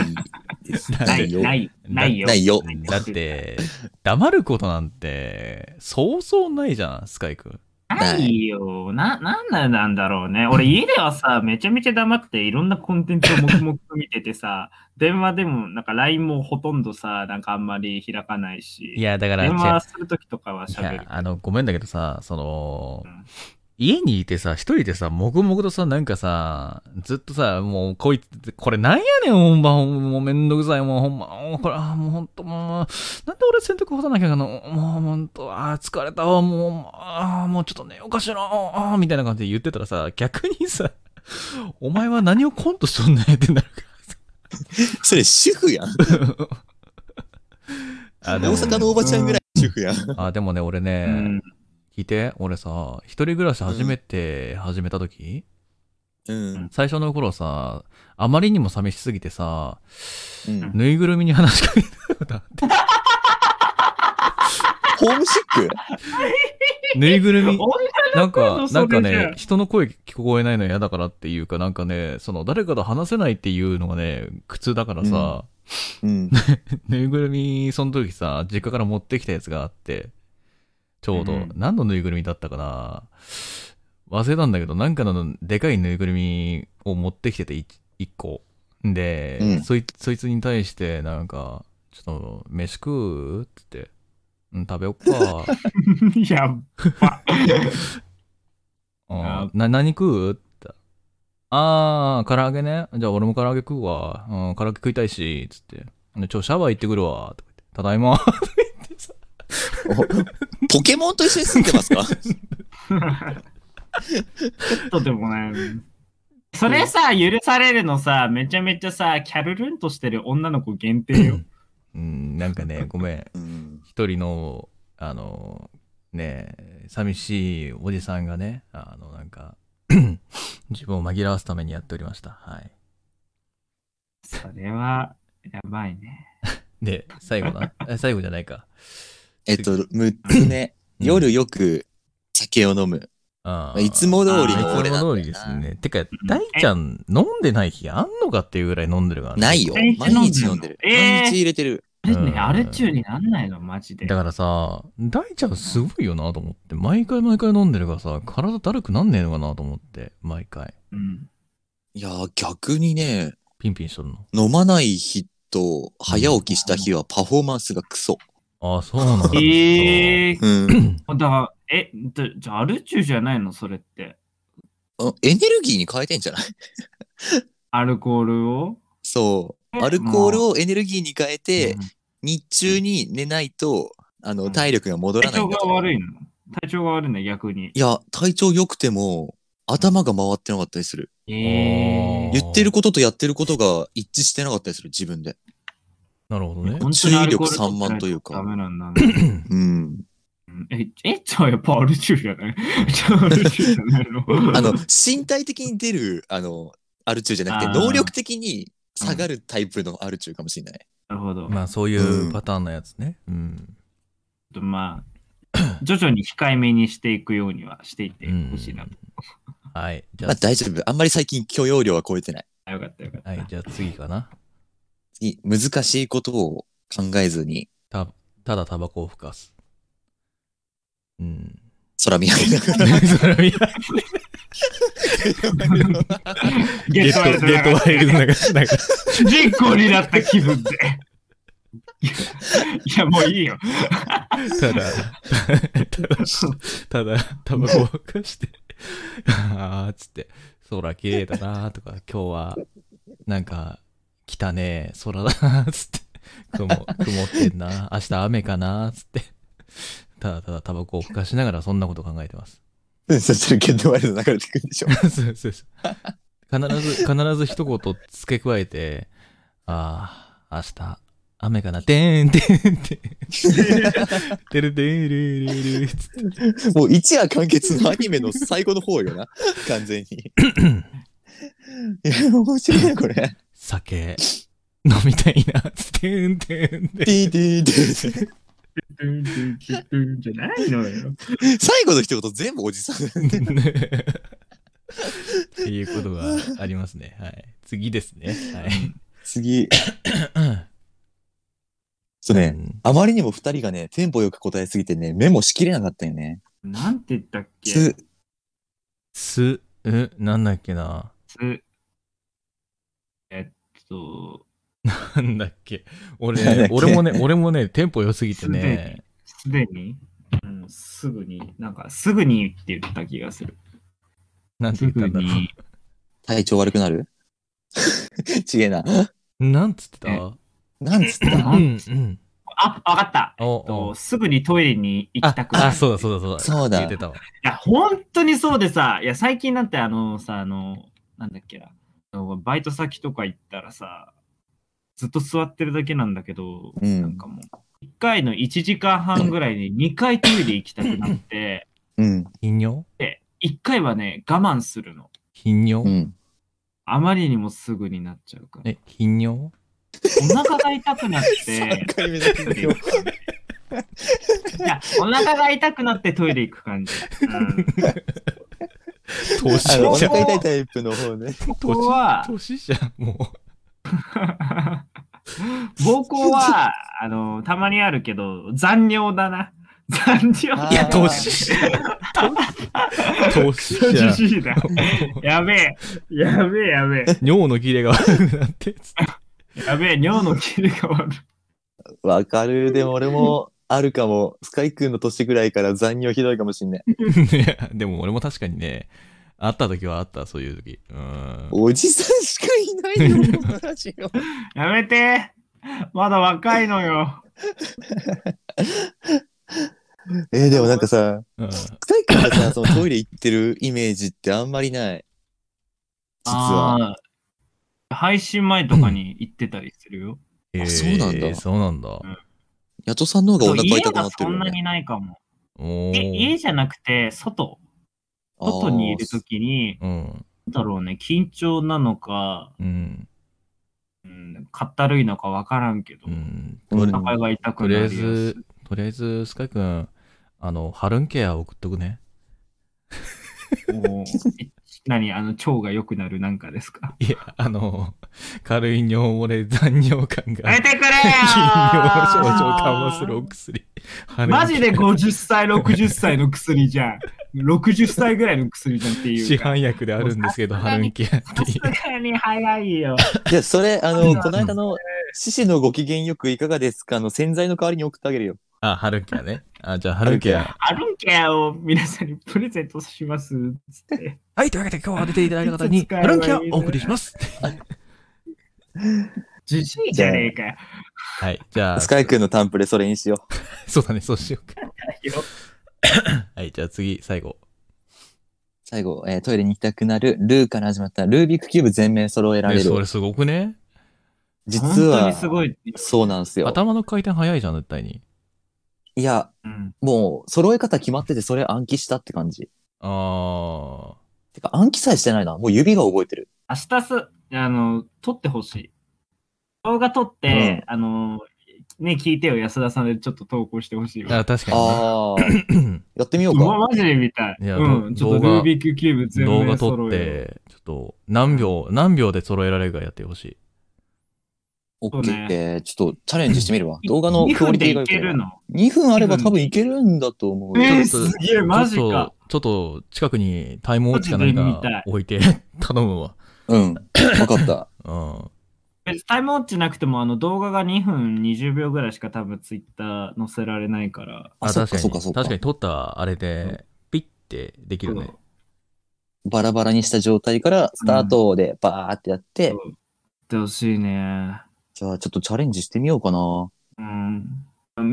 S2: です。
S1: な
S2: ないいよ。
S4: ない、ないよ。
S2: ないよ
S1: だっ。て、黙ることなんて、そうそうないじゃん、スカイ君。
S4: ないよ。な、なんなんなんだろうね。俺、家ではさ、めちゃめちゃ黙って、いろんなコンテンツを黙々と見ててさ、 電話でも、なんか LINE もほとんどさ、なんかあんまり開かないし、
S1: いや、だから、違
S4: 電
S1: う
S4: 話。するときとかはい喋
S1: や
S4: る、。
S1: あの、ごめんだけどさ、その
S4: うん、
S1: 家にいてさ、一人でさ、黙々とさ、なんかさ、ずっとさ、もう、こいつ、これなんやねん、ほんま、ほんまもうめんどくさい、もう、ほんま、もうこれ、あーもうほんと、もう、なんで俺洗濯干さなきゃいけないのもう、ほんと、あー疲れたわ、もう、あーもうちょっと寝ようかしら、あーみたいな感じで言ってたらさ、逆にさ、お前は何をコントしとんねんってなるか
S2: それ、主婦やん。
S1: ら。 あ
S2: 大
S1: でも
S2: 阪のおばちゃんぐらい主婦やん。
S1: あ、でもね、俺ね、
S4: うん。
S1: 聞いて、俺さ、一人暮らし初めて始めた時、
S2: うん。
S1: 最初の頃さ、あまりにも寂しすぎてさ、
S2: うん。
S1: ぬいぐるみに話し かけたよなって。
S2: ホームシック
S1: ぬいぐるみ。
S4: 女
S1: な
S4: の
S1: ん
S4: 子
S1: か
S4: の、
S1: な
S4: そ
S1: んか
S4: れじゃ
S1: ね、人の声聞こえないの嫌だからっていうか、なんかね、その誰かと話せないっていうのがね、苦痛だからさ、
S2: うん。
S1: ぬいぐるみ、その時さ、実家から持ってきたやつがあって、ちょうど、
S4: うん
S1: 何のぬいぐるみだったかな忘れたんだけど、なんかのでかいぬいぐるみを持ってきてて、い一個。で、
S2: うん
S1: そい、そいつに対して、なんか、ちょっと、飯食うって言って、うん、食べよっか。
S4: いや、
S1: うんな、何食うって言った。あー、唐揚げね。じゃあ俺も唐揚げ食うわ。うん、唐揚げ食いたいし、つって。でちょ、シャワー行ってくるわ。とか言ってただいま。
S2: ポケモンと一緒に住んでますか
S4: ちょっとでもね。それさ、許されるのさ、めちゃめちゃさ、キャルルンとしてる女の子限定よ。
S1: うん、なんかね、ごめん。
S2: うん。
S1: 一人の、あの、ね、寂しいおじさんがね、あの、なんか、 自分を紛らわすためにやっておりました。はい。
S4: それは、やばいね。
S1: で、最後な、え最後じゃないか。
S2: えっと、6つ目。夜よく酒を飲む。
S1: あ
S2: いつも通
S1: 通
S2: りの俺なんだよな
S1: りですね。てか、大ちゃん、飲んでない日あんのかっていうぐらい飲んでるからね。
S2: ないよ。毎
S4: 毎日
S2: 日
S4: 飲
S2: 飲
S4: ん
S2: んで
S4: で
S2: る。
S4: るえー
S2: 毎日入れてる。
S4: あれね、
S1: うん
S4: アル中になんないの、マジで。
S1: だからさ、大ちゃんすごいよなと思って、毎回毎回飲んでるからさ、体だるくなんねえのかなと思って、毎回。
S4: うん。
S2: いやー、逆にね、
S1: ピンピンしとるの。
S2: 飲まない日と早起きした日はパフォーマンスがクソ。
S1: ああ、そうなんだ。
S4: えー、
S2: うん。
S4: だから、え、だじゃあアル中じゃないの、それって。
S2: あエネルギーに変えてんじゃない
S4: アルコールを
S2: そう。アルコールをエネルギーに変えて、日中に寝ないと、あ
S4: う
S2: の、
S4: ん
S2: 体力が戻ら
S4: 体
S2: ないん
S4: 調
S2: だ
S4: が
S2: と
S4: 悪いの体調が悪いの、逆に。
S2: いや、体調良くても、頭が回ってなかったりする。
S4: え
S1: ー
S2: 言ってることとやってることが一致してなかったりする、自分で。
S1: なるほどね
S4: ー、。本当にアルコール
S2: 注意力散漫というか
S4: ダメなんだね。
S2: うん。
S4: うんえ、え、じゃあやっぱアル中じゃない じゃあアル中じゃないの
S2: あの、身体的に出る、あの、アル中じゃなく
S4: あー
S2: て、能力的に下がるタイプのアル中かもしれない。
S4: なるほど。
S1: まあそうい
S2: うん
S1: うパターンのやつね。うん。
S4: まあ、徐々に控えめにしていくようにはしていってほしいなと。
S1: はい。じゃ
S2: まあ
S1: あ、
S2: 大丈夫。あんまり最近許容量は超えてない。
S4: あよかったよかった。
S1: はい、じゃあ次かな。
S2: 次難しいことを考えずに
S1: た、ただタバコを吹かす。うん。
S2: 空見上げながら。
S1: それ見ない
S4: ゲットワイルド
S1: ゲットワイルドな感じなんか
S4: 人工になった気分で。いや、もういいよ。
S1: ただ、ただ、ただ、タバコをかして、あーっつって、空綺麗だなーとか、今日は、なんか、来たねー、空だなーっつって、雲、曇ってんなー、明日雨かなーっつって、ただただタバコをふかしながらそんなこと考えてます。
S2: そしたらケ ンドワイルド流れてくるでしょ。
S1: そうそうそう。必ず、必ず一言付け加えて、ああ、明日、雨かな、てーんてーんてーん。てるてるるるるつって
S2: もう一夜完結のアニメの最後の方よ な。完全に。いや、面白いね、 これ。
S1: 酒、飲みたいな、つってーんてーんて。
S2: ディーディーディー
S4: じゃないのよ。
S2: 最後の一言全部おじさん。
S1: っていうことがありますね。はい。次ですね。
S2: 次。ちょっ
S1: はい。
S2: とね、
S1: うん
S2: あまりにも二人がね、テンポよく答えすぎてね、メモしきれなかったよね。
S4: なんて言ったっけ
S2: つ、
S1: す、う、なんだっけな。
S4: つえっと、
S1: なんだっけ。俺
S2: なんだっ
S1: ね、
S2: け
S1: 俺もね、俺もね、テンポ良すぎてね。
S4: すでに、うん、すぐに、なんか、すぐにって言った気がする。
S1: なんて
S4: す
S1: 言った
S4: ぐ
S1: んだろ
S4: に、
S2: 体調悪くなる ちげえな。
S1: う。なんつってた
S4: え
S1: う
S2: なんつった
S1: ん うん。
S4: あ、わかった。えっ
S1: おお
S4: と、すぐにトイレに行
S1: あ
S4: きたくな
S1: あ、
S4: る。
S1: そうだそうだそうだ。
S2: そうだ
S1: 言ってたわ。
S4: いや、本当にそうでさ、いや、最近なんてあのさ、あの、なんだっけな、あのバイト先とか行ったらさ、ずっと座ってるだけなんだけど、
S2: うん
S4: なんかもう、1回の1時間半ぐらいで2回トイレ行きたくなって、
S2: うん。
S1: 頻尿
S4: で、1回はね、我慢するの。
S1: 頻
S2: う
S1: 尿
S2: ん。
S4: あまりにもすぐになっちゃうから。
S1: え、頻尿
S4: お腹が痛くなって
S2: 3、回目だけ
S4: トイレ
S2: ど
S4: 行く感じいや、お腹が痛くなってトイレ行く感じ。うん
S1: 年
S2: あの、お
S1: じゃん
S2: 腹痛いタイプの方ね。
S4: ここは
S1: 年じゃん、も
S4: 膀胱は、あの、たまにあるけど、残尿だな。残
S2: あ
S4: 尿
S1: う。いや、
S2: ー
S1: 年じゃん。年年じ ゃん。
S4: じじいだ。やべえ、やべえ、やべえ、
S1: 尿の切れが悪くなって。
S4: やべえ、尿の切れが悪い。
S2: わかる。でも俺もあるかも。スカイ君の年ぐらいから残業ひどいかもしんない。
S1: いや、でも俺も確かにね、会った時はあった、そういう時。うーん。
S2: おじさんしかいないよ、このラジ オ。
S4: やめて。まだ若いのよ。
S2: えーでもなんかさ、
S1: うん
S2: スカイ君がさ、そのトイレ行ってるイメージってあんまりない。実は。
S4: あー配信前とかに行ってたりするよ。
S1: えー
S2: そうなんだ
S1: そうなんだ。
S2: ヤトさんの方がお腹
S4: 家
S2: 痛くな
S4: が
S2: って
S4: そ
S2: る
S4: ん
S2: よ
S4: な
S2: ね。
S4: にないかも。
S1: お
S4: え家
S1: ー。
S4: じゃなくて、外。
S2: あー
S4: 外にいるときに、
S1: うん。
S4: なんだろうね、緊張なのか、
S1: うん。
S4: うん、かったるいのかわからんけど、
S1: うん。
S2: う
S4: お腹が痛
S1: と
S4: く
S1: り
S4: な
S1: あ
S4: る
S1: え
S4: やつ
S1: ず。、とりあえず、スカイくん、あの、ハルンケア送っとくね。
S4: もうえ何あの、腸が良くなるなんかですか
S1: いや、あの、軽い尿漏れ残尿感が。
S4: 出て
S1: 頻尿症状
S4: くれよー
S1: 緩和するお薬。
S4: マジで50歳、60歳の薬じゃん。60歳ぐらいの薬じゃんってい
S1: 市
S4: うか。
S1: 販薬であるんですけど、
S4: もうさす
S1: ハ
S4: が
S1: ル
S4: に
S1: ンケアって
S4: さ
S1: い
S4: す
S1: う。
S4: がに早いよ。
S2: じゃあ、それ、あ
S4: そ
S2: の、
S4: うなんだ
S2: この間の、獅子のご機嫌よくいかがですかの洗剤の代わりに送ってあげるよ。
S1: あ、ハルンケアね。あ、じゃあ、ハルンケア。
S4: あるんけやを皆さんにプレゼントします。つって。
S1: はい、というわけで今日は出ていただいた方
S4: いつ
S1: に、
S4: 使え
S1: ハ
S4: ばい
S1: ル
S4: い
S1: ン
S4: の
S1: ケアをお送りします。
S4: じじいじゃねえかよ。
S1: はい、じゃあ、
S2: スカイ君のタンプレそれにしよう。
S1: そうだね、そうしよ うか。はい、じゃあ次、最後。
S2: 最後、えートイレに行きたくなる、ルーから始まった、ルービックキューブ全面揃えら
S1: え、
S2: れ
S1: そ
S2: る。
S1: れすごくね
S2: 実
S4: 本当
S2: は
S4: に、すごい。
S2: そうなんですよ。
S1: 頭の回転早いじゃん、絶対に。
S2: いや、
S4: うん
S2: もう、揃え方決まってて、それ暗記したって感じ。
S1: あ
S2: てか、暗記さえしてないな。もう指が覚えてる。
S4: 明日す、あの、撮ってほしい。動画撮って、あの、ね、聞いてよ、安田さんでちょっと投稿してほしい
S1: ー
S4: わ。
S1: あ、確かにね、
S2: ああ、 やってみよう
S4: うわ、
S2: か。
S4: マジで見たい。
S1: いや
S4: うん、ち
S1: ど
S4: ょっと
S1: 動画
S4: ルービックキューブ全
S1: 動
S4: 面
S1: 画撮
S4: 揃
S1: っ
S4: えよ
S1: て、ちょっと、何秒、何秒で揃えられるかやってほしい。
S2: オ
S4: そう
S2: ッケー
S4: ね
S2: えーちょっとチャレンジしてみるわ。
S4: う。
S2: 動画の
S4: 2
S2: クオ
S4: 分
S2: リティ
S4: で
S2: が良
S4: い
S2: く
S4: け
S2: な
S4: る
S2: い
S4: の
S2: 2分あれば多分いけるんだと思うよ。
S4: えー、
S1: ちょっと
S4: すげえ、マジ
S1: ちょっ
S4: か
S1: と。、ちょっと、近くにタイムウォッチか何
S4: マジで見
S1: か
S4: たい
S1: 置いて、頼むわ。
S2: うん。わかった。
S1: うん。
S4: 別にタイムウォッチなくても、あの動画が2分20秒ぐらいしか多分ツイッター載せられないから。
S2: あ、そうかそうかそうか
S1: 確か。に撮ったあれで、ピッてできるね。
S2: バラバラにした状態からスタートでバーってやって、
S4: そうやってほしいね。
S2: じゃあちょっとチャレンジしてみようかな。
S4: うん。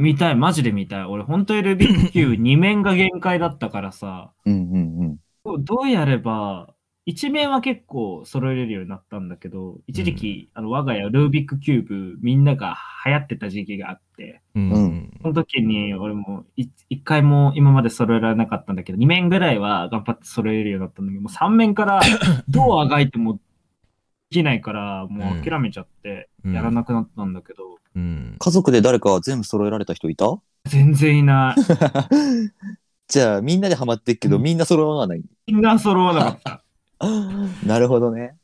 S4: 見たい、マジで見たい。俺、本当にルビックキュー2面が限界だったからさ、
S2: うんうんうん。
S4: どうどうやれば、1面は結構揃えれるようになったんだけど、一時期、あの我が家ルービックキューブみんなが流行ってた時期があって、
S1: うん
S2: う
S4: その時に俺もい一回も今まで揃えられなかったんだけど、2面ぐらいは頑張って揃えれるようになったんだけど、もう3 面からどうあがいてもできないから、もう諦めちゃって、やらなくなったんだけど、
S1: うん。
S2: 家族で誰か全部揃えられた人いた
S4: 全然 いない。
S2: じゃあみんなでハマってっけど、みんな揃わない。
S4: みんな揃わなかった。
S2: なるほどね。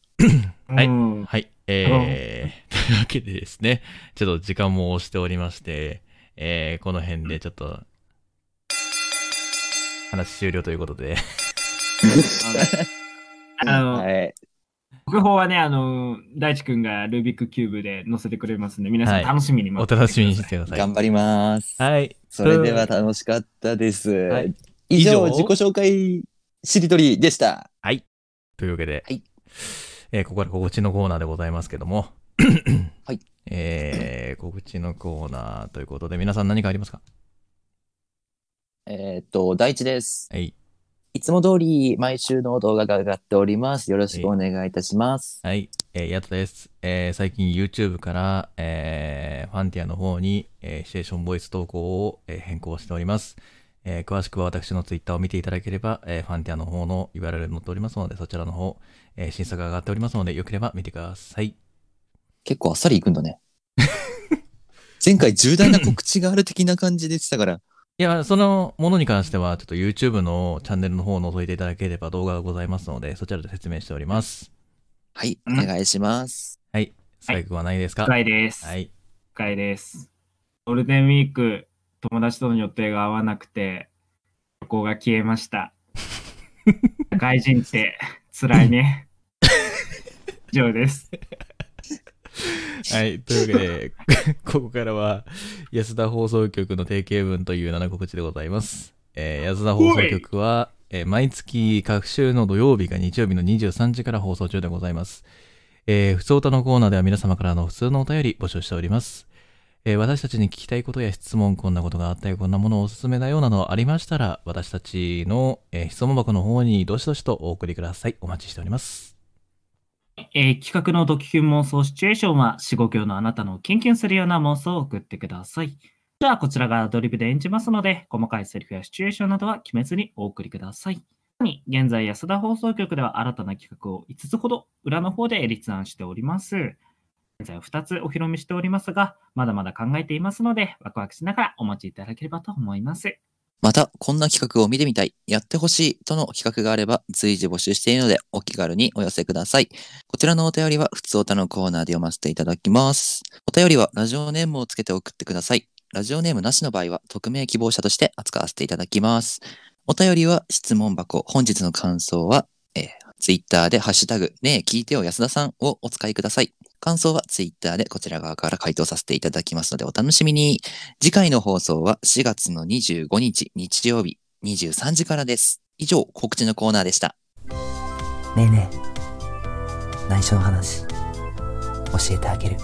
S1: はい
S4: うん
S1: はい。えー、というわけでですね、ちょっと時間も押しておりまして、えー、この辺でちょっと、話終了ということで。
S4: あのあの、
S2: はい。
S4: 国宝はね、あの、大地くんがルービックキューブで載せてくれますんで、皆さ
S1: は
S4: ん
S1: い
S4: 楽しみに
S1: お
S4: 待っててくだ
S1: 楽
S4: さ
S1: し
S4: い
S1: みにしてください。
S2: 頑張ります。
S1: はい。
S2: それでは楽しかったです。
S1: はい
S2: 以上、
S1: 以上
S2: 自己紹介しりとりでした。
S1: というわけで、
S2: はい
S1: えーここから告知のコーナーでございますけども、
S2: はい
S1: えー告知のコーナーということで、皆さん何かありますか
S2: えーっと、大地です。
S1: はい。
S2: いつも通り毎週の動画が上がっております。よろしくお願いいたします。
S1: はい。えー、やっとです。えー最近 YouTube から、えーファンティアの方に、えーシチュエーションボイス投稿を、えー変更しております。えー詳しくは私の Twitter を見ていただければ、えーファンティアの方の URL 載っておりますので、そちらの方、えー新作が上がっておりますので、よければ見てください。
S2: 結構あっさりいくんだね。前回重大な告知がある的な感じで言ってたから。
S1: いや、そのものに関しては、ちょっと YouTube のチャンネルの方を覗いていただければ動画がございますので、そちらで説明しております。
S2: はい、お
S4: うん
S2: 願いします。
S1: はい。最後はないですか、
S4: 深いです。
S1: はい。
S4: 深いです。ゴールデンウィーク、友達との予定が合わなくて、旅行が消えました。社会人って、辛いね。以上です。
S1: はい。というわけで、 ここからは、安田放送局の定型文という七告知でございます。えー安田放送局は、えー毎月、各週の土曜日が日曜日の23時から放送中でございます。えー、普通歌のコーナーでは皆様からの普通のお便り募集しております。えー私たちに聞きたいことや質問、こんなことがあったよ、こんなものおすすめだよなどありましたら、私たちの、えー質問箱の方にどしどしとお送りください。お待ちしております。
S4: えー企画のドキュン妄想シチュエーションは、死後教のあなたのキュンキュンするような妄想を送ってください。じゃあ、こちらがアドリブで演じますので、細かいセリフやシチュエーションなどは決めずにお送りください。さらに現在、安田放送局では新たな企画を5つほど裏の方で立案しております。現在は2つお披露目しておりますが、まだまだ考えていますので、ワクワクしながらお待ちいただければと思います。
S2: また、こんな企画を見てみたい、やってほしいとの企画があれば、随時募集しているので、お気軽にお寄せください。こちらのお便りは、普通おたのコーナーで読ませていただきます。お便りは、ラジオネームをつけて送ってください。ラジオネームなしの場合は、匿名希望者として扱わせていただきます。お便りは、質問箱、本日の感想は、えー、ツイッターで、ハッシュタグ、ねえ聞いてよ安田さんをお使いください。感想はツイッターでこちら側から回答させていただきますのでお楽しみに。次回の放送は4月の25日日曜日23時からです。以上、告知のコーナーでした。
S5: ねえねえ内緒の話教えてあげる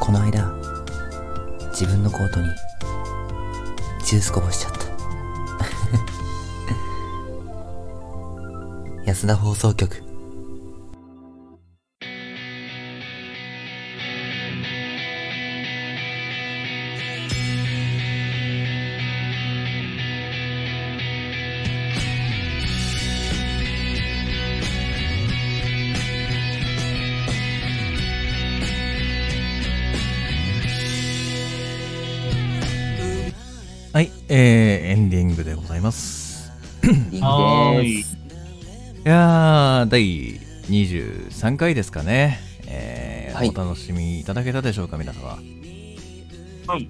S5: この間自分のコートにジュースこぼしちゃった 安田放送局
S1: はい。えー、エンディングでございます。
S2: リン
S4: は
S2: グ
S4: ー
S2: で
S4: い
S2: す。
S1: いやー、第23回ですかね。えー
S2: はい
S1: お楽しみいただけたでしょうか、皆様。
S4: はい。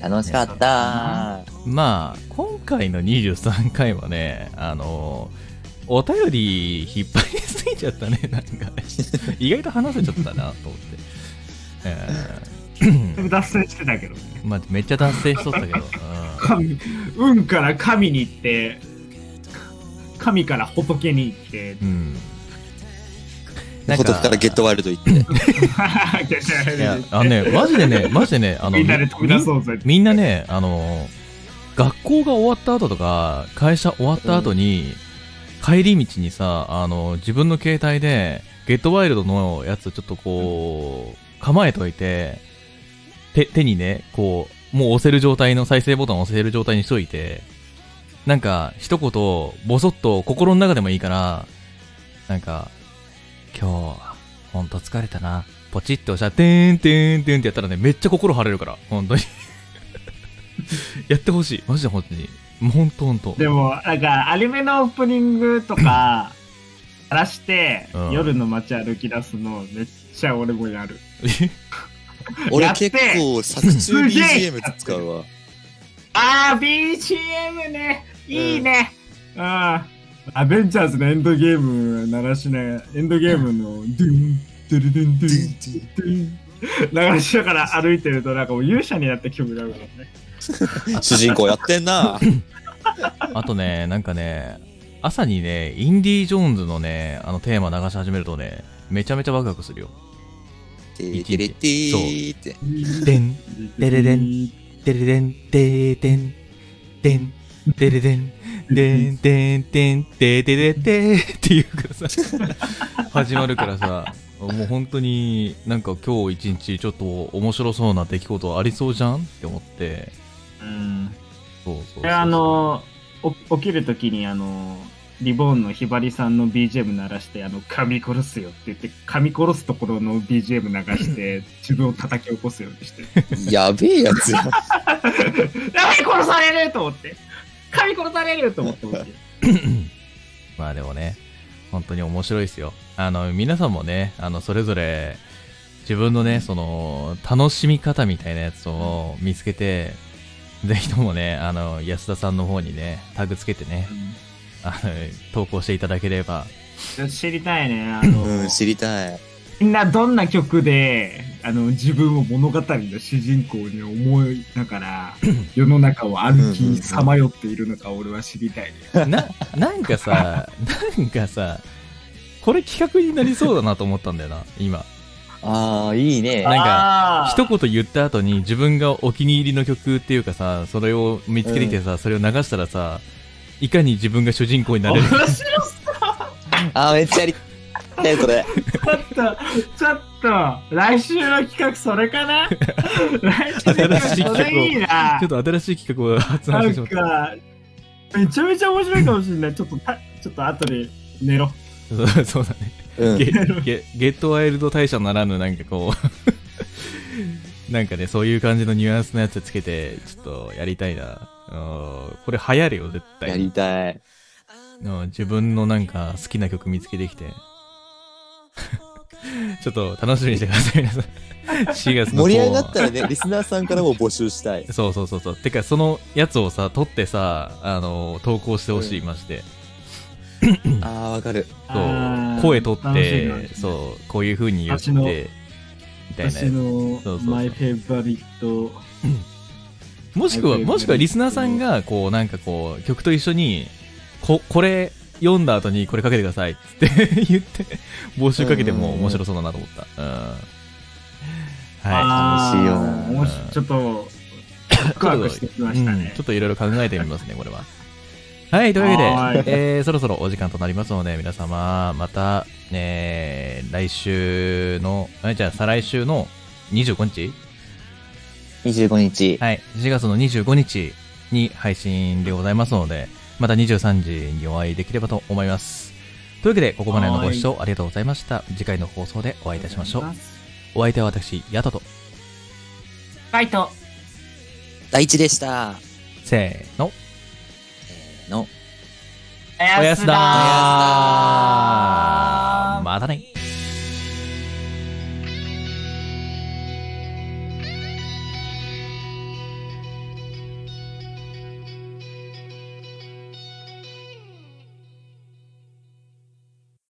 S2: 楽しかった。
S1: まあ、今回の23回はね、あのーお便り引っ張りついちゃったね、 なんかね。意外と話せちゃったな、と思って。え
S4: だいぶ脱線してたけどね。
S1: ーまあ、めっちゃ脱線しとったけど。うん
S4: 神、運から神に行って、神から仏に行って、
S1: うん。なん
S2: ことからゲットワイルド行って。
S1: いや、あのね、マジでね、マジでね、あの、
S4: みんなで飛び出そうぜ。
S1: みんなね、あの、学校が終わった後とか、会社終わった後に、帰り道にさ、あの、自分の携帯で、ゲットワイルドのやつちょっとこう、構えといて、手、手にね、こう、もう押せる状態の再生ボタンを押せる状態にしといて、なんか、一言、ぼそっと心の中でもいいから、なんか、今日、ほんと疲れたな。ポチッと押したら、てんてんてんってやったらね、めっちゃ心晴れるから、本当に。 やってほしい。マジで本当に。もう本当本当。
S4: でも、なんか、アニメのオープニングとか、やらして、
S1: うん
S4: 夜の街歩き出すの、めっちゃ俺もやる。
S2: 俺
S4: やって
S2: 結構作中
S4: すげえ
S2: BGM 使うわ。
S4: あー、BGM ねいいね、あーアベンジャーズのエンドゲーム鳴らしながら、エンドゲームの、ドゥン、ドゥルドゥンドゥン、ドゥン、流しながら歩いてると、なんかもう勇者になった気分になるからね。
S2: 主人公やってん な。
S1: あとね、なんかね、朝にね、インディ・ジョーンズのね、あのテーマ流し始めるとね、めちゃめちゃワクワクするよ。
S2: てれてれてーって。
S1: でん、でれでん、でれでん、でーでん、でん、でれでん、でん、でん、でん、ででででーっていうかさ、 始まるからさ、もう本当になんか今日一日ちょっと面白そうな出来事ありそうじゃんって思って、
S4: うん。
S1: そうそうそうそう
S4: これあのお起きるときにあのリボーンのひばりさんの BGM 鳴らしてあの噛み殺すよって言って噛み殺すところの BGM 流 して自分を叩き起こすようにして
S2: やべえやつ や。
S4: やばい殺されると思って噛み殺されると思って起きる
S1: まあでもね、本当に面白いですよ。あの、皆さんもね、あの、それぞれ、自分のね、その、楽しみ方みたいなやつを見つけて、ぜひともね、あの、安田さんの方にね、タグつけてね、あの、投稿していただければ。
S4: うん知りたいねあの、
S2: うん、知りたい。
S4: みんなどんな曲であの自分を物語の主人公に思いな がら世の中を歩きさまよっているのか俺は知りたいね
S1: な、なんかさ、なんかさ、これ企画になりそうだなと思ったんだよな、今。
S2: ああ、いいね。
S1: なん
S4: か
S1: 一言言った後に自分がお気に入りの曲っていうかさそれを見つけてきてさ、それを流したらさいかに自分が主人公になれ
S4: 面
S1: る
S4: 白そう
S2: あーめっちゃやりたい、それ。
S4: ちょっと、ちょっと、来週の企画それかな来週の企画それいいな
S1: ちょ。っと新しい企画を発
S4: な
S1: 案し
S4: ん
S1: てしまった
S4: か、めちゃめちゃ面白いかもしれない。ちょっとた、ちょっと後で寝ろ。
S1: そうそうだね
S2: うん
S1: ゲ。ゲゲットワイルド大社ならぬなんかこうなんかねそういう感じのニュアンスのやつつけてちょっとやりたいなうんこれ流行るよ絶
S2: や
S1: 対
S2: りたい。
S1: うん自分のなんか好きな曲見つけてき てちょっと楽しみにしてください皆さん4月の
S2: 盛り上が
S1: こ
S2: っ
S1: う
S2: たらね、リスナーさんからも募集したい。
S1: そうそうそうそう。てか、そのやつをさ、撮ってさ、あの、投稿してほしい、まして。
S2: ああ、わかる。
S1: そう、声取っ
S4: 楽しいな
S1: て、そう、こういう風に言っ
S4: 私の
S1: て、みたいな
S4: 私
S1: やつ。
S4: の
S1: そうそうそう
S4: マイフェイバリット。
S1: もしくは、
S4: 私の
S1: もしくはリスナーさんが、こう、なんかこう、曲と一緒に、こ、これ、読んだ後にこれかけてくださいっつって 言って、募集かけても面白そうだなと思った。うん。は
S4: あー
S2: 楽しいよな
S4: 面白いちょっと、ワクワクしてきま
S1: い。う
S4: した
S1: ん
S4: ね
S1: ちょ。っといろいろ考えてみますね、これは。はい、というわ
S4: は
S1: け
S4: ーい
S1: で、えーそろそろお時間となりますので、皆様、また、えー来週の、えじゃあ、再来週の25日
S2: 25日。
S1: はい、4月の25日に配信でございますので、また23時にお会いできればと思います。というわけで、ここまでのご視聴ありがとうございました。次回の放送でお会いいたしましょう。お相手は私、ヤトと、
S4: ファイト
S2: 第一でした。
S1: せーの、
S2: の。
S4: お
S1: おやすだ
S2: おやすだ
S1: またね